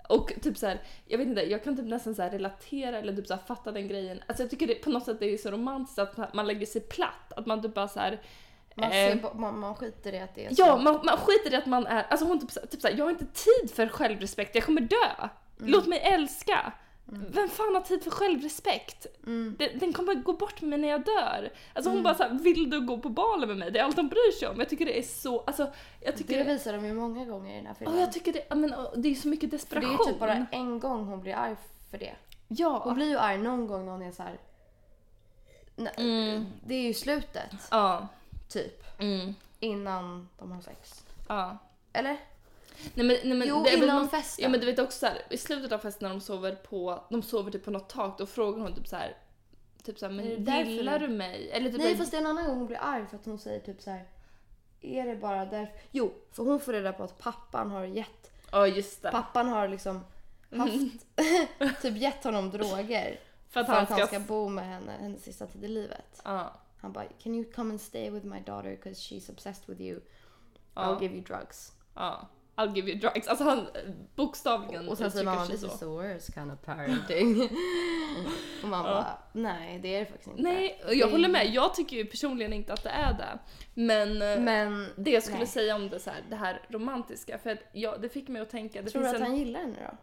Speaker 2: Och typ så här, jag vet inte, jag kan typ nästan så här relatera eller typ så här fatta den grejen. Alltså jag tycker det, på något sätt det är så romantiskt att man lägger sig platt, att man typ bara så här.
Speaker 3: Man,
Speaker 2: eh,
Speaker 3: ser på, man, man skiter i att det är så.
Speaker 2: Ja, man, man skiter i att man är... Alltså hon typ, så- typ såhär, jag har inte tid för självrespekt, jag kommer dö.
Speaker 3: Mm.
Speaker 2: Låt mig älska. Vem fan har tid för självrespekt?
Speaker 3: Mm.
Speaker 2: Den, den kommer gå bort med mig när jag dör. Alltså hon bara såhär, vill du gå på balen med mig? Det är allt hon bryr sig om. Jag tycker det är så, alltså jag tycker...
Speaker 3: Det
Speaker 2: Det
Speaker 3: visar de ju många gånger i den här filmen.
Speaker 2: jag tycker det, ja, men, åh, det är så mycket
Speaker 3: för det
Speaker 2: desperation.
Speaker 3: är ju typ bara en gång hon blir arg för det. Hon
Speaker 2: Ja.
Speaker 3: blir ju arg någon gång när hon är så här. Nej,
Speaker 2: Mm.
Speaker 3: Det är ju slutet,
Speaker 2: Ja.
Speaker 3: typ.
Speaker 2: Mm.
Speaker 3: Innan de har sex.
Speaker 2: Ja.
Speaker 3: Eller?
Speaker 2: Nej men, nej, men
Speaker 3: Jo,
Speaker 2: det är väl
Speaker 3: innan
Speaker 2: någon-
Speaker 3: festen.
Speaker 2: Ja men du vet också så här, i slutet av festen när de sover på, de sover typ på något tak, då frågar hon typ så här, typ så här,
Speaker 3: Är det
Speaker 2: men
Speaker 3: därför
Speaker 2: gillar
Speaker 3: du-
Speaker 2: du mig? Eller typ
Speaker 3: Nej,
Speaker 2: en-
Speaker 3: fast det är en annan gång hon blir arg för att hon säger typ så här. Är det bara därför? Jo, för hon får reda på att pappan har gett...
Speaker 2: Ja just det.
Speaker 3: Pappan har liksom haft... typ gett honom droger.
Speaker 2: Mm. För att
Speaker 3: För
Speaker 2: han
Speaker 3: att han
Speaker 2: ska...
Speaker 3: ska bo med henne hennes sista tid i livet.
Speaker 2: Ja.
Speaker 3: Han bara “Can you come and stay with my daughter because she's obsessed with you? I'll
Speaker 2: Ja.
Speaker 3: give you drugs”.
Speaker 2: Ja. I'll give you drugs. Alltså han eh, bokstavligen
Speaker 3: Och sen säger
Speaker 2: uttrycker
Speaker 3: mamma “This is the worst kind of parenting”. och man bara “Nej, det är det faktiskt inte”.
Speaker 2: Nej, och
Speaker 3: Det
Speaker 2: jag
Speaker 3: är-
Speaker 2: håller med. Jag tycker ju personligen inte att det är det. Men, eh,
Speaker 3: Men
Speaker 2: det jag skulle
Speaker 3: nej.
Speaker 2: säga om det, så här, det här romantiska, för att jag, det fick mig att tänka... Det
Speaker 3: tror du
Speaker 2: finns
Speaker 3: att
Speaker 2: en...
Speaker 3: han gillar henne då?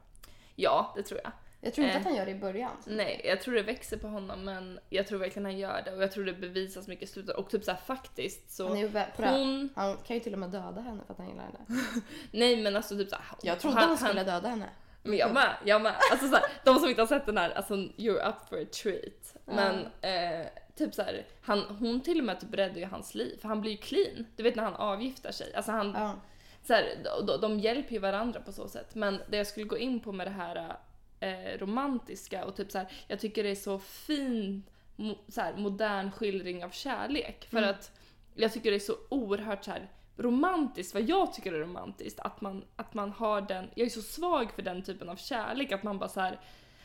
Speaker 2: Ja, det tror jag.
Speaker 3: Jag tror inte
Speaker 2: Eh.
Speaker 3: att han gör det i början.
Speaker 2: Nej, jag tror det växer på honom men jag tror verkligen han gör det och jag tror det bevisas mycket i slutet och typ såhär faktiskt så... Mm.
Speaker 3: Han, är ju vä- på det här.
Speaker 2: hon...
Speaker 3: han kan ju till och med döda henne för att han gillar henne.
Speaker 2: Nej men alltså typ såhär...
Speaker 3: Jag trodde han, skulle döda henne.
Speaker 2: Men jag med, jag med. Alltså såhär, de som inte har sett den här, alltså you're up for a treat. Men eh, typ såhär, han, hon till och med typ räddar ju hans liv för han blir ju clean. Du vet när han avgiftar sig. Alltså han,
Speaker 3: Ja.
Speaker 2: så här, de, de hjälper ju varandra på så sätt. Men det jag skulle gå in på med det här eh, romantiska och typ så här, jag tycker det är så fin mo, så här, modern skildring av kärlek. För att jag tycker det är så oerhört så här, romantiskt, vad jag tycker är romantiskt, att man, att man har den, jag är så svag för den typen av kärlek att man bara så här,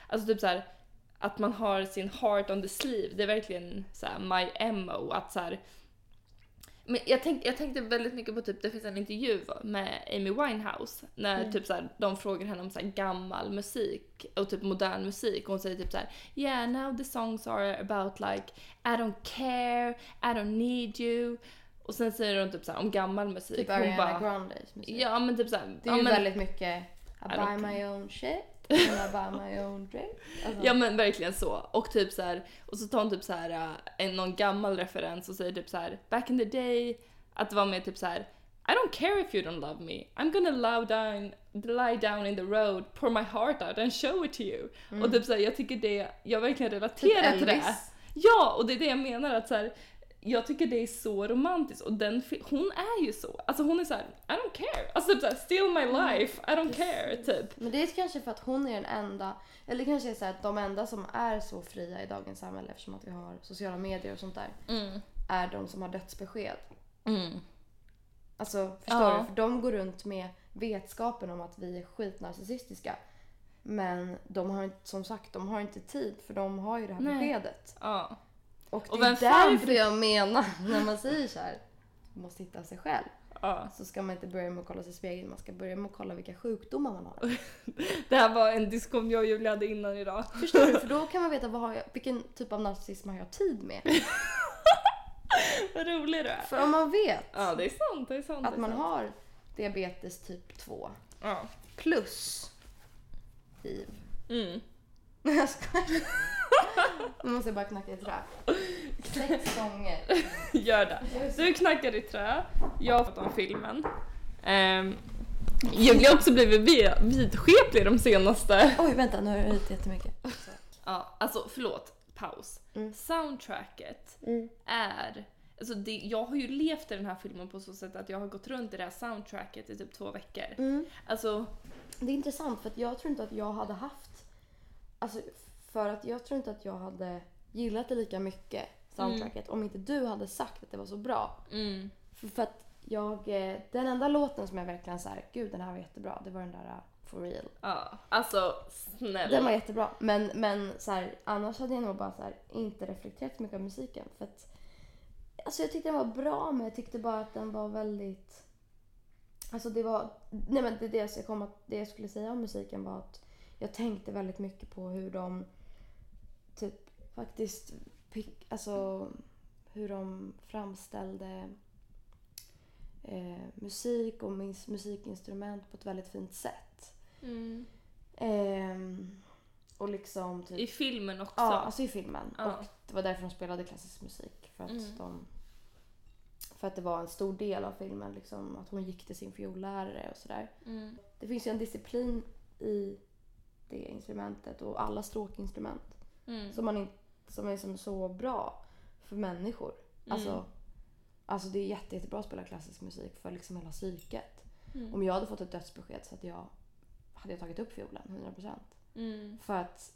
Speaker 2: alltså typ så här att man har sin heart on the sleeve, det är verkligen så här my MO att så här, men jag, tänk, jag tänkte väldigt mycket på typ, det finns en intervju med Amy Winehouse när
Speaker 3: Mm.
Speaker 2: typ så här, de frågar henne om så här, gammal musik och typ modern musik och hon säger typ så här: Yeah now the songs are about like I don't care, I don't need you och sen säger hon typ så här, om gammal musik.
Speaker 3: Typ
Speaker 2: hon
Speaker 3: Ariana
Speaker 2: bara,
Speaker 3: Grandes musik.
Speaker 2: Ja men typ såhär.
Speaker 3: Det är
Speaker 2: ja,
Speaker 3: ju
Speaker 2: men,
Speaker 3: väldigt mycket I
Speaker 2: don't
Speaker 3: buy my own shit and I buy my own drink. Alltså,
Speaker 2: Ja men verkligen så. Och typ så här, och så tar hon typ så här eh, en, någon gammal referens och säger typ så här back in the day att det var mer typ så här I don't care if you don't love me. I'm gonna lie down, lie down in the road, pour my heart out and show it to you. Och typ så här, jag tycker det, jag verkligen relaterar till det.
Speaker 3: Elvis.
Speaker 2: Ja, och det är det jag menar att så här, jag tycker det är så romantiskt och den, fi- hon är ju så. Alltså hon är så här, I don't care. Alltså typ så här, steal my life, I don't care, typ.
Speaker 3: Men det är kanske för att hon är den enda, eller kanske är så här att de enda som är så fria i dagens samhälle eftersom att vi har sociala medier och sånt där, är de som har dödsbesked.
Speaker 2: Mm.
Speaker 3: Alltså förstår
Speaker 2: Ja.
Speaker 3: du? För de går runt med vetskapen om att vi är skitnarcissistiska. Men de har inte, som sagt, de har inte tid för de har ju det här beskedet.
Speaker 2: Ja.
Speaker 3: Och det
Speaker 2: Och
Speaker 3: är
Speaker 2: vem fan-
Speaker 3: därför jag menar när man säger så här. Man måste hitta sig själv.
Speaker 2: Ja.
Speaker 3: så ska man inte börja med att kolla sig i spegeln, man ska börja med att kolla vilka sjukdomar man har.
Speaker 2: Det här var en diskussion jag och Julia hade innan idag.
Speaker 3: Förstår du? För då kan man veta vad har jag, vilken typ av narcissism har jag tid med.
Speaker 2: Vad rolig du är.
Speaker 3: För om man vet
Speaker 2: Ja, det är sant. Det är sant.
Speaker 3: att
Speaker 2: det är
Speaker 3: man
Speaker 2: sant.
Speaker 3: har diabetes typ 2
Speaker 2: Ja.
Speaker 3: plus hiv.
Speaker 2: Mm.
Speaker 3: Nej jag skojar. Nu måste jag bara knacka i trä. Sex gånger.
Speaker 2: Gör det. Du knackar i trä, jag har fått om filmen. Ehm, Julia har också blivit vi- vidskeplig de senaste...
Speaker 3: Oj vänta nu har jag höjt jättemycket.
Speaker 2: Ja, alltså förlåt. Paus.
Speaker 3: Mm.
Speaker 2: Soundtracket
Speaker 3: Mm.
Speaker 2: är... Alltså det, jag har ju levt i den här filmen på så sätt att jag har gått runt i det här soundtracket i typ två veckor.
Speaker 3: Mm.
Speaker 2: Alltså,
Speaker 3: Det är intressant för att jag tror inte att jag hade haft... Alltså för att jag tror inte att jag hade gillat det lika mycket soundtracket om inte du hade sagt att det var så bra.
Speaker 2: mm,
Speaker 3: För, för att jag... eh, Den enda låten som jag verkligen så här, gud den här var jättebra, det var den där eh, For Real.
Speaker 2: ja. Alltså snälla.
Speaker 3: Den var jättebra. Men, men så här, annars hade jag nog bara så här, inte reflekterat så mycket över musiken. För att, alltså jag tyckte den var bra men jag tyckte bara att den var väldigt... Alltså det var... Nej men det, är det, jag, kom att, det jag skulle säga om musiken var att jag tänkte väldigt mycket på hur de typ faktiskt... Pick, alltså hur de framställde eh, musik och mis- musikinstrument på ett väldigt fint sätt.
Speaker 2: Mm.
Speaker 3: Ehm, och liksom typ...
Speaker 2: I filmen också.
Speaker 3: ja, alltså i filmen.
Speaker 2: Ja.
Speaker 3: Och det var därför de spelade klassisk musik. För att,
Speaker 2: Mm.
Speaker 3: de, för att det var en stor del av filmen. Liksom, att hon gick till sin fiollärare och sådär.
Speaker 2: Mm.
Speaker 3: Det finns ju en disciplin i det instrumentet och alla stråkinstrument.
Speaker 2: Mm.
Speaker 3: Som, man in, som är som så bra för människor.
Speaker 2: Mm.
Speaker 3: Alltså, alltså det är jätte, jättebra att spela klassisk musik för liksom hela psyket.
Speaker 2: Mm.
Speaker 3: Om jag hade fått ett dödsbesked så hade jag, hade jag tagit upp fiolen 100%.
Speaker 2: Mm.
Speaker 3: För att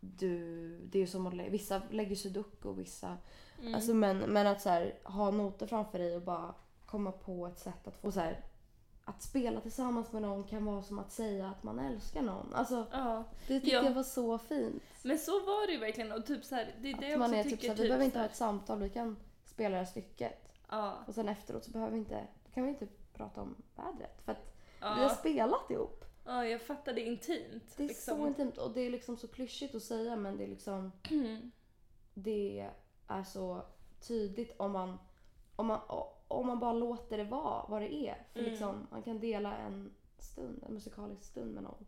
Speaker 3: du, det är ju som att lä- vissa lägger sudoku och vissa...
Speaker 2: Mm.
Speaker 3: Alltså men, men att så här, ha noter framför dig och bara komma på ett sätt att få så här, Att spela tillsammans med någon kan vara som att säga att man älskar någon. Alltså
Speaker 2: Ja.
Speaker 3: det tyckte
Speaker 2: Ja.
Speaker 3: jag var så fint.
Speaker 2: Men så var det ju verkligen och typ så här, det är det
Speaker 3: Att
Speaker 2: jag
Speaker 3: man
Speaker 2: också
Speaker 3: är
Speaker 2: tycker.
Speaker 3: typ så här, vi behöver inte ha ett samtal, vi kan spela det här stycket.
Speaker 2: Ja,
Speaker 3: Och sen efteråt så behöver vi inte, då kan vi inte prata om vädret. För att vi har
Speaker 2: ja,
Speaker 3: spelat ihop.
Speaker 2: ja, jag fattar det är intimt.
Speaker 3: Det är
Speaker 2: liksom.
Speaker 3: så intimt och det är liksom så klyschigt att säga men det är liksom
Speaker 2: Mm.
Speaker 3: det är så tydligt om man om man, om man bara låter det vara vad det är. För
Speaker 2: Mm.
Speaker 3: liksom, man kan dela en stund, en musikalisk stund med någon.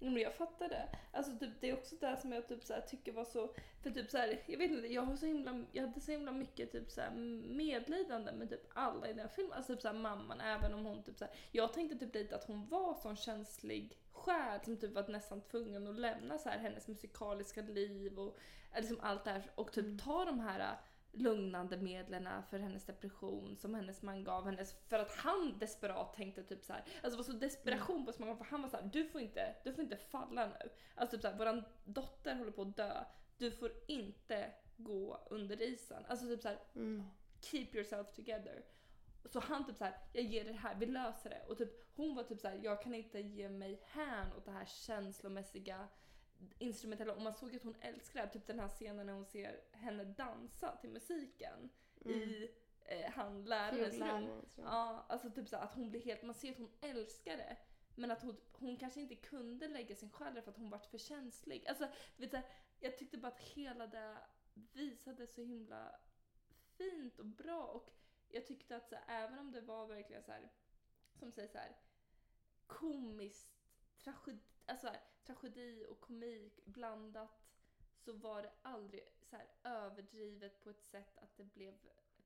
Speaker 2: Jo, men jag fattar det. Alltså typ, det är också det här som jag typ så här, tycker var så, för typ så här, jag vet inte, jag har så himla, jag hade så himla mycket typ så här, medlidande med typ alla i den filmen. Alltså typ så här, mamman, även om hon typ så här, jag tänkte typ lite att hon var sån känslig själ som typ var nästan tvungen att lämna så här, hennes musikaliska liv och eh, liksom allt det här och typ ta de här eh, lugnande medlen för hennes depression som hennes man gav hennes för att han desperat tänkte typ så här. alltså det var så desperation på så många för han var så här, du får inte, du får inte falla nu. Alltså typ så här, våran dotter håller på att dö, du får inte gå under isen. Alltså typ så här,
Speaker 3: Mm,
Speaker 2: keep yourself together. Så han typ så här, jag ger dig det här, vi löser det. Och typ, hon var typ så här, jag kan inte ge mig hän åt det här känslomässiga instrumentella. Och man såg att hon älskade det. här. Typ den här scenen när hon ser henne dansa till musiken
Speaker 3: mm.
Speaker 2: i eh, han lärarens rum. Ja, alltså typ så här, att hon blir helt, man ser att hon älskar det. Men att hon, hon kanske inte kunde lägga sin själ där för att hon vart för känslig. Alltså, vet du, så här, jag tyckte bara att hela det visade så himla fint och bra och jag tyckte att så här, även om det var verkligen så här som säger så här komiskt, tragedi, alltså så här, tragedi och komik blandat så var det aldrig så här överdrivet på ett sätt att det blev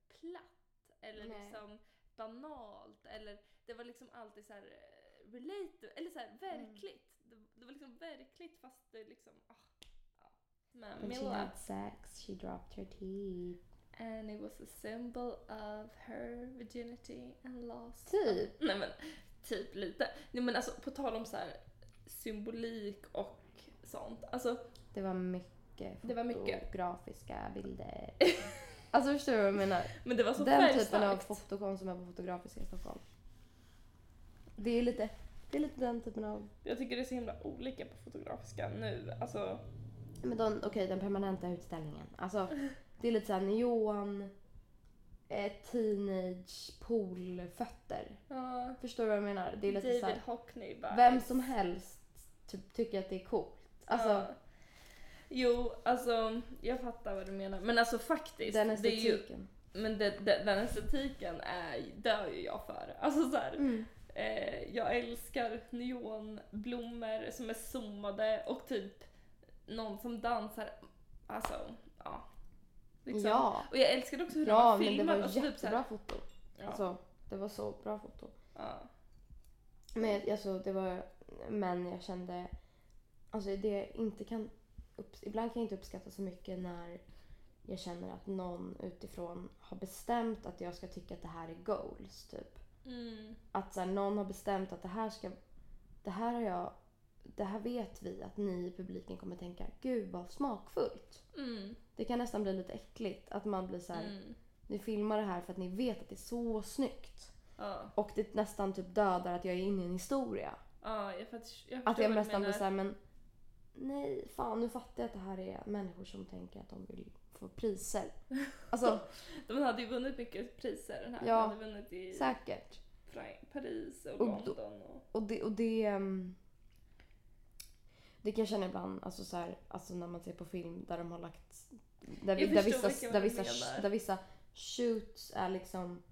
Speaker 2: platt eller
Speaker 3: Nej.
Speaker 2: liksom banalt eller det var liksom alltid så här eh, relate eller så här verkligt. Det, det var liksom verkligt fast det liksom ah, ja. Men
Speaker 3: When she
Speaker 2: Milla.
Speaker 3: had sex, she dropped her teeth.
Speaker 2: And it was a symbol of her virginity and loss.
Speaker 3: Typ.
Speaker 2: Nej men, typ lite. Nej men alltså på tal om så här symbolik och sånt. Alltså,
Speaker 3: Det var mycket
Speaker 2: Det var mycket.
Speaker 3: fotografiska bilder. alltså förstår du vad jag menar?
Speaker 2: men det var så
Speaker 3: Den typen av
Speaker 2: färgstarkt.
Speaker 3: fotokonst som är på Fotografiska i Stockholm. Det är lite, det är lite den typen av
Speaker 2: Jag tycker det är så himla olika på Fotografiska nu. Alltså,
Speaker 3: Men den, okej, den permanenta utställningen. Alltså, det är lite såhär neon, eh, teenage poolfötter.
Speaker 2: Ja.
Speaker 3: Förstår du vad jag menar? Det är lite så
Speaker 2: David
Speaker 3: här,
Speaker 2: Hockney bara.
Speaker 3: vem som helst typ, tycker att det är coolt. Alltså,
Speaker 2: Ja. Jo, alltså jag fattar vad du menar. Men alltså faktiskt.
Speaker 3: den
Speaker 2: det är ju,
Speaker 3: estetiken.
Speaker 2: men det, det, den estetiken är, dör ju jag för. Alltså så här,
Speaker 3: Mm.
Speaker 2: eh, jag älskar neonblommor som är zoomade och typ någon som dansar. Alltså, ja. Liksom.
Speaker 3: Ja,
Speaker 2: Och jag älskade också hur de
Speaker 3: ja
Speaker 2: var
Speaker 3: men det
Speaker 2: filmade.
Speaker 3: var
Speaker 2: alltså, typ så här-
Speaker 3: jättebra foto.
Speaker 2: Ja.
Speaker 3: Alltså, det var så bra foto.
Speaker 2: ja.
Speaker 3: Men jag- alltså, det var män jag kände... Alltså det jag inte kan... Upps, ibland kan jag inte uppskatta så mycket när jag känner att någon utifrån har bestämt att jag ska tycka att det här är goals, typ.
Speaker 2: Mm.
Speaker 3: Att så här, någon har bestämt att det här ska... Det här har jag... Det här vet vi att ni i publiken kommer tänka, gud vad smakfullt.
Speaker 2: Mm.
Speaker 3: Det kan nästan bli lite äckligt att man blir så här,
Speaker 2: Mm.
Speaker 3: ni filmar det här för att ni vet att det är så snyggt.
Speaker 2: Ja.
Speaker 3: Och det nästan typ dödar att jag är inne i en historia.
Speaker 2: Ja, jag fattar. Jag förstår
Speaker 3: Att jag
Speaker 2: vad du
Speaker 3: nästan blir
Speaker 2: menar.
Speaker 3: såhär, men nej, fan nu fattar jag att det här är människor som tänker att de vill få priser. Alltså
Speaker 2: De hade ju vunnit mycket priser den här.
Speaker 3: Ja.
Speaker 2: De hade vunnit i
Speaker 3: säkert.
Speaker 2: Fra- Paris och
Speaker 3: Och
Speaker 2: London och...
Speaker 3: Och det, och det, ehm, det kan jag känna ibland, alltså, så här, alltså när man ser på film där de har lagt, där, vi,
Speaker 2: Jag
Speaker 3: där,
Speaker 2: förstår
Speaker 3: vissa,
Speaker 2: vilka
Speaker 3: där,
Speaker 2: du
Speaker 3: vissa,
Speaker 2: menar.
Speaker 3: där vissa shoots är liksom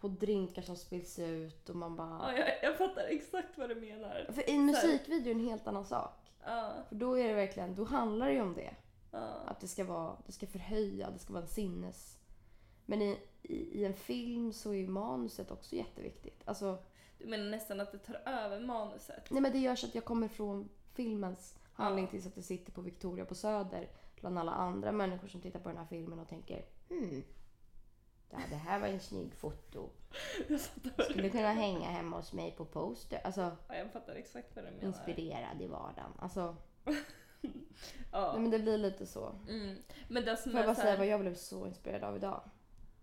Speaker 3: på drinkar som spills ut och man bara...
Speaker 2: Ja, jag, jag fattar exakt vad du menar.
Speaker 3: För i en musikvideo är det en helt annan sak.
Speaker 2: Ja,
Speaker 3: För då är det verkligen, då handlar det ju om det.
Speaker 2: ja,
Speaker 3: Att det ska vara, det ska förhöja, det ska vara en sinnes... Men i, i, i en film så är ju manuset också jätteviktigt. Alltså,
Speaker 2: Du menar nästan att det tar över manuset?
Speaker 3: nej men det gör så att jag kommer från filmens handling
Speaker 2: Ja.
Speaker 3: tills att jag sitter på Victoria på Söder bland alla andra människor som tittar på den här filmen och tänker hmm, ja, det här var en snygg foto.
Speaker 2: Jag fattar vad du
Speaker 3: Skulle
Speaker 2: menar.
Speaker 3: kunna hänga hemma hos mig på poster. Alltså,
Speaker 2: Ja, jag fattar exakt vad du menar.
Speaker 3: inspirerad i vardagen. Alltså, nej,
Speaker 2: Ja.
Speaker 3: men det blir lite så.
Speaker 2: Mm. Men det som
Speaker 3: Får jag
Speaker 2: är
Speaker 3: bara säga vad
Speaker 2: såhär...
Speaker 3: jag blev så inspirerad av idag?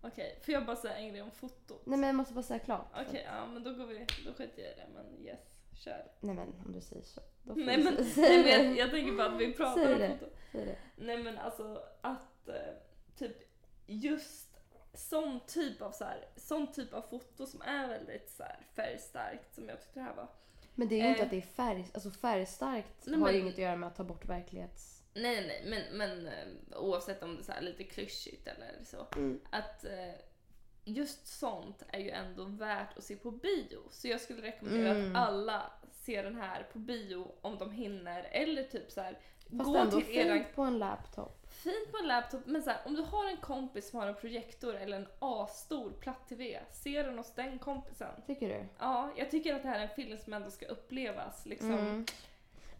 Speaker 2: Okej, får jag bara säga en grej om fotot?
Speaker 3: Nej men jag måste bara säga klart.
Speaker 2: Okej, ja men då går vi... Då skiter jag i det, men yes. Kör.
Speaker 3: Nej men om du säger så. Då får
Speaker 2: Nej
Speaker 3: du
Speaker 2: men,
Speaker 3: sä-
Speaker 2: nej,
Speaker 3: säga
Speaker 2: men
Speaker 3: det.
Speaker 2: jag, jag tänker på att vi
Speaker 3: Säg
Speaker 2: pratar om
Speaker 3: det.
Speaker 2: fotot.
Speaker 3: Säg det.
Speaker 2: Nej men alltså att eh, typ just sån typ av så här, sån typ av foto som är väldigt så här färgstarkt som jag tyckte det här var.
Speaker 3: Men det är ju inte
Speaker 2: Eh.
Speaker 3: att det är färg, alltså färgstarkt
Speaker 2: Nej,
Speaker 3: har ju
Speaker 2: men-
Speaker 3: inget att göra med att ta bort verklighets...
Speaker 2: Nej nej men, men eh, oavsett om det är så här lite klyschigt eller så.
Speaker 3: Mm.
Speaker 2: Att eh, just sånt är ju ändå värt att se på bio. Så jag skulle rekommendera
Speaker 3: Mm.
Speaker 2: att alla ser den här på bio om de hinner eller typ så här
Speaker 3: Fast
Speaker 2: gå
Speaker 3: ändå
Speaker 2: till eran
Speaker 3: fint på en laptop.
Speaker 2: Fint på en laptop, men så här, om du har en kompis som har en projektor eller en A-stor platt-tv, ser den hos den kompisen?
Speaker 3: Tycker du?
Speaker 2: Ja, jag tycker att det här är en film som ändå ska upplevas liksom.
Speaker 3: Mm.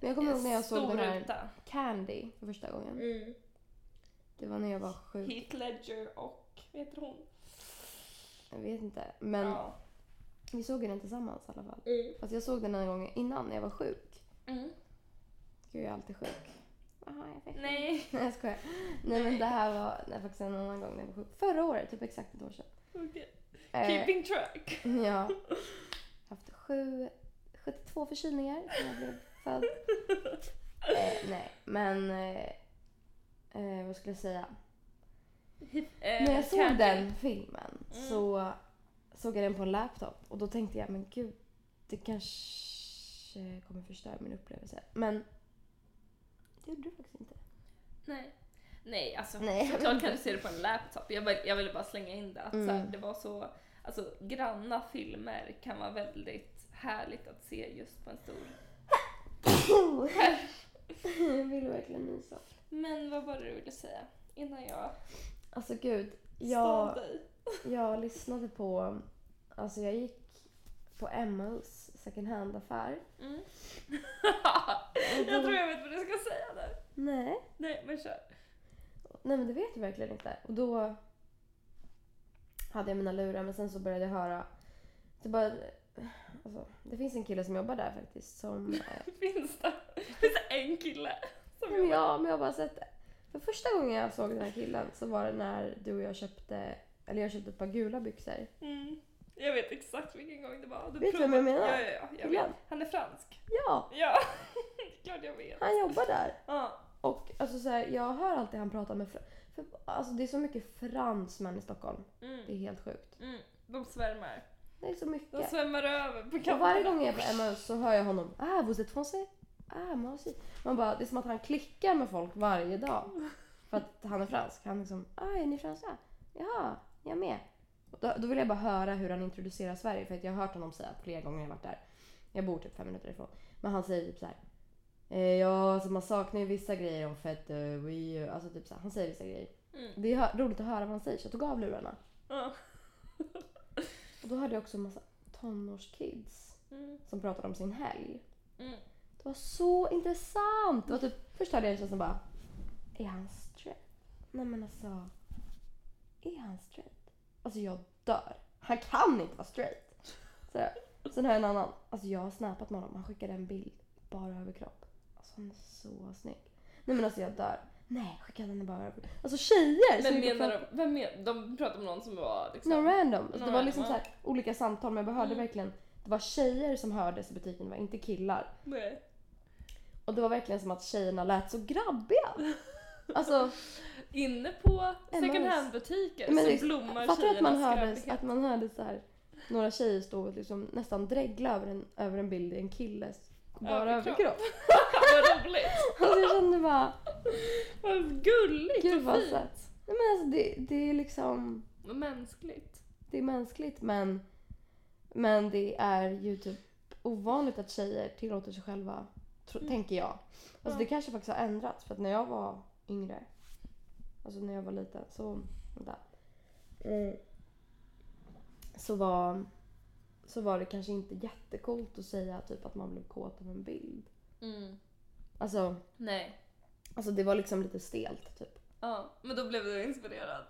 Speaker 3: Men jag kommer ihåg när jag såg
Speaker 2: Stor
Speaker 3: den här Mm.
Speaker 2: ruta.
Speaker 3: Candy för första gången. Det var när jag var sjuk.
Speaker 2: Heath Ledger och, vad heter hon?
Speaker 3: Jag vet inte. Men
Speaker 2: Ja.
Speaker 3: vi såg den tillsammans i alla fall.
Speaker 2: Mm.
Speaker 3: Fast jag såg den en gång innan när jag var sjuk.
Speaker 2: Mm.
Speaker 3: Gud, jag är alltid sjuk. Aha, jag fick
Speaker 2: Nej.
Speaker 3: Nej, jag skojar. Nej, men det här var nej, faktiskt en annan gång när jag var sjuk. Förra året, typ exakt ett år sedan.
Speaker 2: Okej.
Speaker 3: Eh,
Speaker 2: Keeping track.
Speaker 3: Ja. Jag har haft sju, 72 förkylningar när jag blev född. Eh, nej, men... Eh, eh, vad skulle jag säga?
Speaker 2: Eh, Mm.
Speaker 3: När jag såg
Speaker 2: Candy.
Speaker 3: den filmen så såg jag den på en laptop och då tänkte jag men gud, det kanske kommer förstöra min upplevelse. Men det gjorde det faktiskt inte.
Speaker 2: Nej. Nej, alltså
Speaker 3: Nej.
Speaker 2: såklart kan du se det på en laptop. Jag, vill, jag ville bara slänga in det. Att
Speaker 3: Mm.
Speaker 2: så här, det var så, alltså, granna filmer kan vara väldigt härligt att se just på en stor.
Speaker 3: jag ville verkligen nysa.
Speaker 2: Men vad var det du ville säga innan jag
Speaker 3: Alltså gud,
Speaker 2: stal
Speaker 3: jag...
Speaker 2: dig?
Speaker 3: Jag lyssnade på, alltså jag gick på Emmaus second hand-affär.
Speaker 2: Mm. jag tror jag vet vad du ska säga där.
Speaker 3: Nej.
Speaker 2: Nej, men kör.
Speaker 3: Nej men det vet jag verkligen inte. Och då hade jag mina lurar men sen så började jag höra, det bara, alltså, det finns en kille som jobbar där faktiskt som, eh,
Speaker 2: Finns det, finns det en kille som
Speaker 3: men
Speaker 2: jag...
Speaker 3: ja men jag har bara sett det. För första gången jag såg den här killen så var det när du och jag köpte, eller jag köpte ett par gula byxor.
Speaker 2: Mm. Jag vet exakt vilken gång det var. Du
Speaker 3: Vet du vem jag menar?
Speaker 2: Ja, ja, ja. Jag
Speaker 3: Ibland.
Speaker 2: vet. Han är fransk.
Speaker 3: Ja,
Speaker 2: Ja, klart jag vet.
Speaker 3: han jobbar där.
Speaker 2: Ja.
Speaker 3: Och alltså, alltså så här, jag hör alltid han pratar med... Fr- för, alltså det är så mycket fransmän i Stockholm. Det
Speaker 2: Mm,
Speaker 3: är helt sjukt.
Speaker 2: mm. De svärmar.
Speaker 3: Det är så mycket.
Speaker 2: De svämmar över på
Speaker 3: Och
Speaker 2: kanterna.
Speaker 3: varje gång jag är på Emmaus så hör jag honom. Ah, vous êtes français? Ah, moi aussi. Man bara, det är som att han klickar med folk varje dag. För att han är fransk. Han är som, ah, är ni franska? Jaha, jag med. Och Då, då vill jag bara höra hur han introducerar Sverige för att jag har hört honom säga flera gånger jag varit där. Jag bor typ fem minuter ifrån. Men han säger typ så här. Eh, ja, alltså man saknar ju vissa grejer om fett. eh, oui, eh," alltså typ så här, han säger vissa grejer.
Speaker 2: Mm.
Speaker 3: Det är hö- roligt att höra vad han säger så jag tog av lurarna.
Speaker 2: Ja.
Speaker 3: Och då hörde jag också en massa tonårskids
Speaker 2: Mm,
Speaker 3: som pratade om sin helg.
Speaker 2: mm.
Speaker 3: Det var så intressant! Det var typ, först hade jag en känsla bara, är han straight? Nej men alltså, är han straight? Alltså jag dör. Han kan inte vara straight. Så, här. sen har jag en annan, alltså jag har snappat med honom, han skickade en bild, bara överkropp. Alltså han är så snygg. Nej men alltså jag dör. Nej, skickade henne bara överkropp. Alltså tjejer! som
Speaker 2: Vem
Speaker 3: gick och
Speaker 2: menar de?
Speaker 3: pratade-
Speaker 2: Vem men, de pratar om någon som var liksom...
Speaker 3: Någon random. Alltså, det
Speaker 2: Någon
Speaker 3: var liksom så
Speaker 2: random,
Speaker 3: här, olika samtal men jag hörde
Speaker 2: Mm.
Speaker 3: verkligen, det var tjejer som hördes i butiken, det var inte killar.
Speaker 2: Nej.
Speaker 3: Och det var verkligen som att tjejerna lät så grabbiga. Alltså,
Speaker 2: Inne på second
Speaker 3: Emmaus.
Speaker 2: hand-butiker
Speaker 3: men
Speaker 2: så
Speaker 3: liksom,
Speaker 2: blommar
Speaker 3: fattar du att man
Speaker 2: tjejernas
Speaker 3: hörde,
Speaker 2: grabbighet.
Speaker 3: att man hörde så här, några tjejer stå och liksom nästan dregla över en, över en bild i en killes bara
Speaker 2: Överkropp.
Speaker 3: överkropp.
Speaker 2: Vad roligt!
Speaker 3: Alltså jag kände bara,
Speaker 2: Vad gulligt
Speaker 3: gud
Speaker 2: och
Speaker 3: vad
Speaker 2: fint!
Speaker 3: sött. Nej men alltså det, det är liksom,
Speaker 2: Vad mänskligt.
Speaker 3: det är mänskligt men, men det är ju typ ovanligt att tjejer tillåter sig själva, tro, tänker jag. Alltså
Speaker 2: Mm. Ja.
Speaker 3: det kanske faktiskt har ändrats för att när jag var yngre, alltså när jag var liten så, vänta.
Speaker 2: Mm.
Speaker 3: så var, så var det kanske inte jättekult att säga typ att man blev kåt av en bild. Alltså,
Speaker 2: Mm. Nej.
Speaker 3: alltså det var liksom lite stelt typ.
Speaker 2: Ja, men då blev du inspirerad.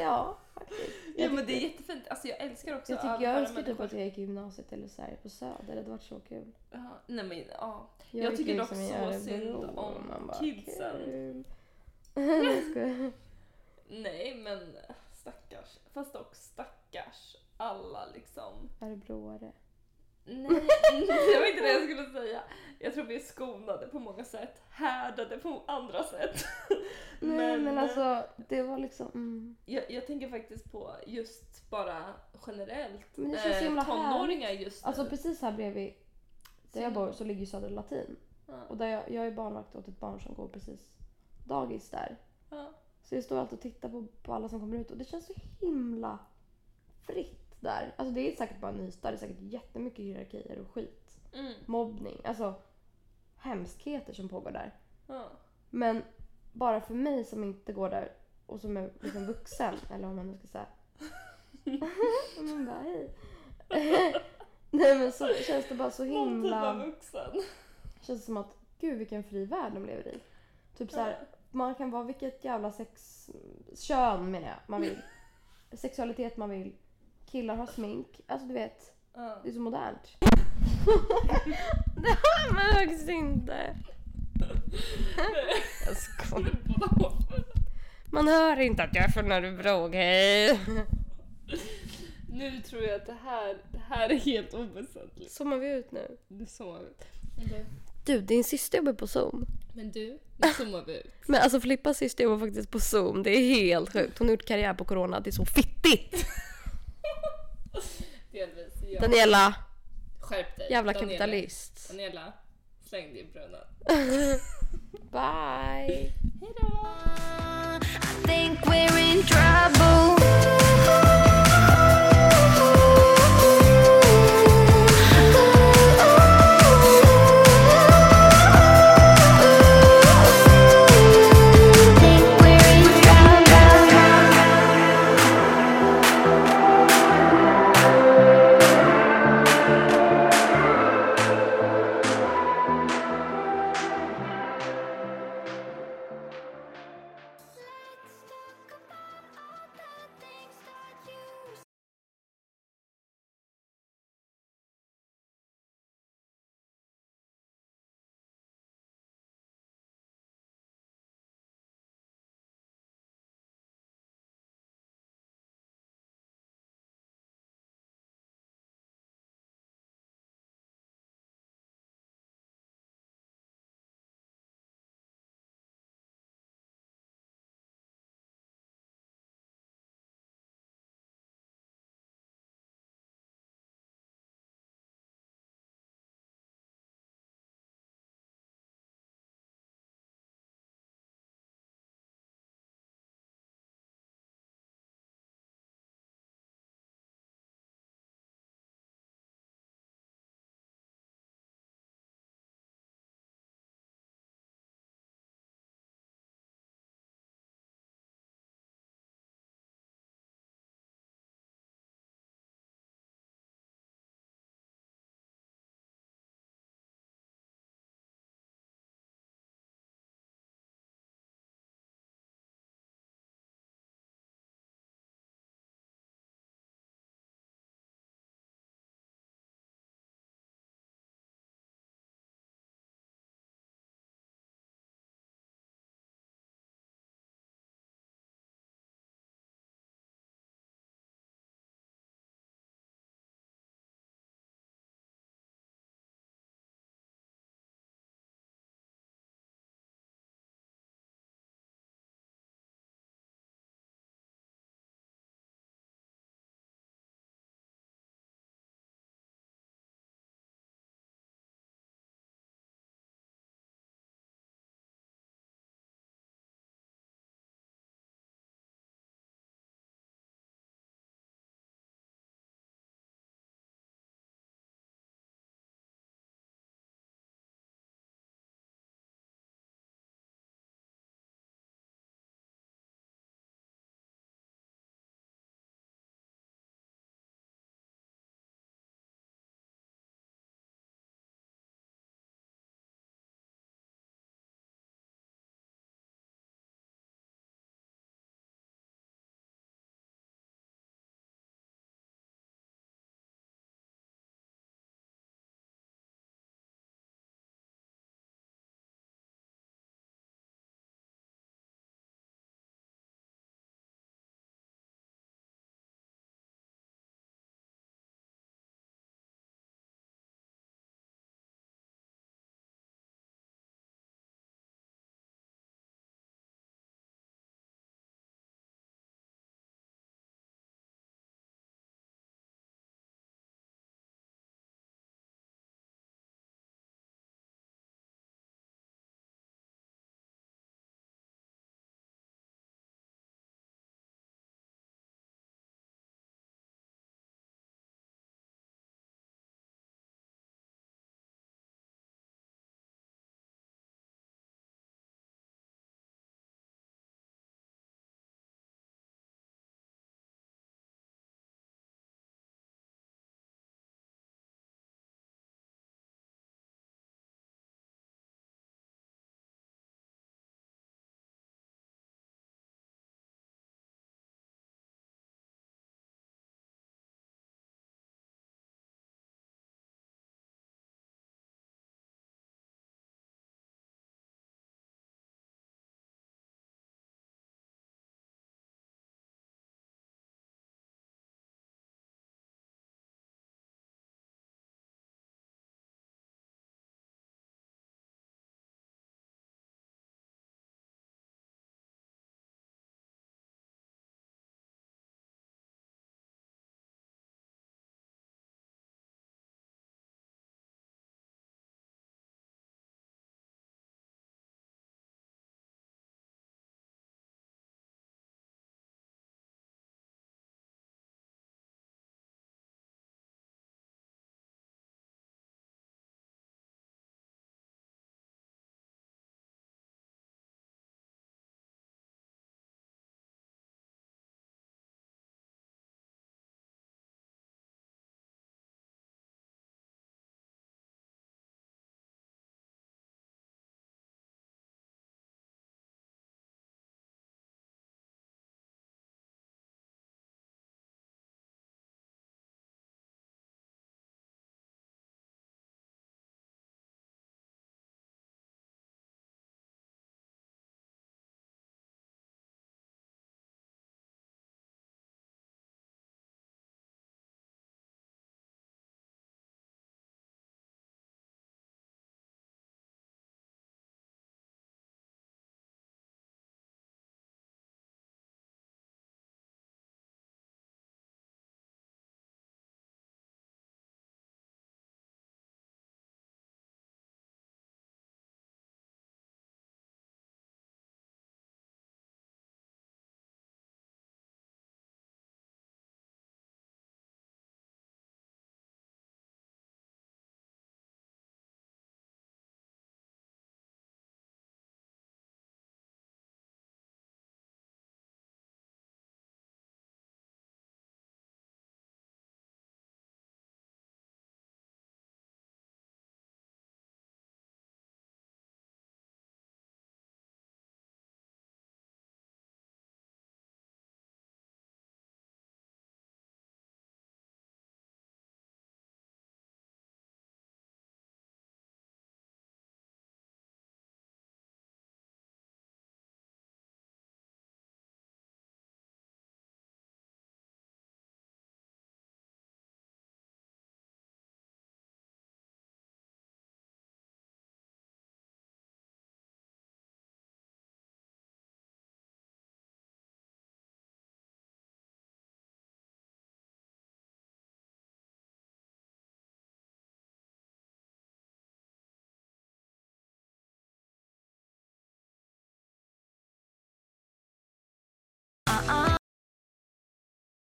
Speaker 3: Ja, faktiskt.
Speaker 2: Ja, men det är jättefint. Alltså jag älskar också
Speaker 3: Jag, tycker,
Speaker 2: alla
Speaker 3: jag
Speaker 2: våra
Speaker 3: önskar typ
Speaker 2: människor.
Speaker 3: att jag gick i gymnasiet eller så här på Söder, det hade varit så kul.
Speaker 2: Ja, nej men ja. Jag
Speaker 3: gick liksom
Speaker 2: tycker dock
Speaker 3: i
Speaker 2: så
Speaker 3: Örebro
Speaker 2: synd
Speaker 3: och
Speaker 2: om
Speaker 3: man bara,
Speaker 2: kidsen.
Speaker 3: kul. Jag skojar.
Speaker 2: Nej men stackars. Fast dock stackars alla liksom.
Speaker 3: Örebroare.
Speaker 2: Nej, det var inte det jag skulle säga. Jag tror vi är skonade på många sätt. Härdade på andra sätt.
Speaker 3: Nej men,
Speaker 2: eh,
Speaker 3: alltså det var liksom, mm.
Speaker 2: Jag, jag tänker faktiskt på just bara generellt. eh,
Speaker 3: Men det känns så himla
Speaker 2: tonåringar just
Speaker 3: Alltså
Speaker 2: nu.
Speaker 3: precis här bredvid där jag
Speaker 2: Synd.
Speaker 3: bor så ligger ju Söder Latin.
Speaker 2: Ja,
Speaker 3: Och där jag, jag är barnvakt åt ett barn som går precis dagis där.
Speaker 2: ja.
Speaker 3: Så jag står alltid och tittar på, på alla som kommer ut och det känns så himla fritt där. Alltså det är säkert bara en yta, det är säkert jättemycket hierarkier och skit.
Speaker 2: Mm,
Speaker 3: Mobbning, alltså hemskheter som pågår där.
Speaker 2: ja.
Speaker 3: Men bara för mig som inte går där och som är liksom vuxen, eller vad man nu ska säga. Och man bara hej. Nej men så känns det bara så
Speaker 2: Någon typ av
Speaker 3: himla...
Speaker 2: vuxen.
Speaker 3: Känns som att gud vilken fri värld de lever i. Typ så här, man kan vara vilket jävla sex... Kön menar jag. Man vill. Sexualitet man vill. Killar har smink. Alltså du vet,
Speaker 2: Ja.
Speaker 3: det är så modernt. det här mögs inte. Jag skojar. Man hör inte att jag är från Örebro, okej?
Speaker 2: nu tror jag att det här, det här är helt oväsentligt.
Speaker 3: Zoomar vi ut nu?
Speaker 2: Nu zoomar vi ut.
Speaker 3: Du, din syster jobbar på Zoom.
Speaker 2: Men du, nu zoomar vi ut.
Speaker 3: Men alltså Filippas syster jobbar faktiskt på Zoom. Det är helt sjukt. Hon har gjort karriär på corona. Det är så fittigt!
Speaker 2: Delvis. Ja.
Speaker 3: Daniela,
Speaker 2: Skärp dig.
Speaker 3: jävla
Speaker 2: Daniela.
Speaker 3: kapitalist.
Speaker 2: Daniela, släng dig i brunnen.
Speaker 3: Bye!
Speaker 1: I think we're in trouble.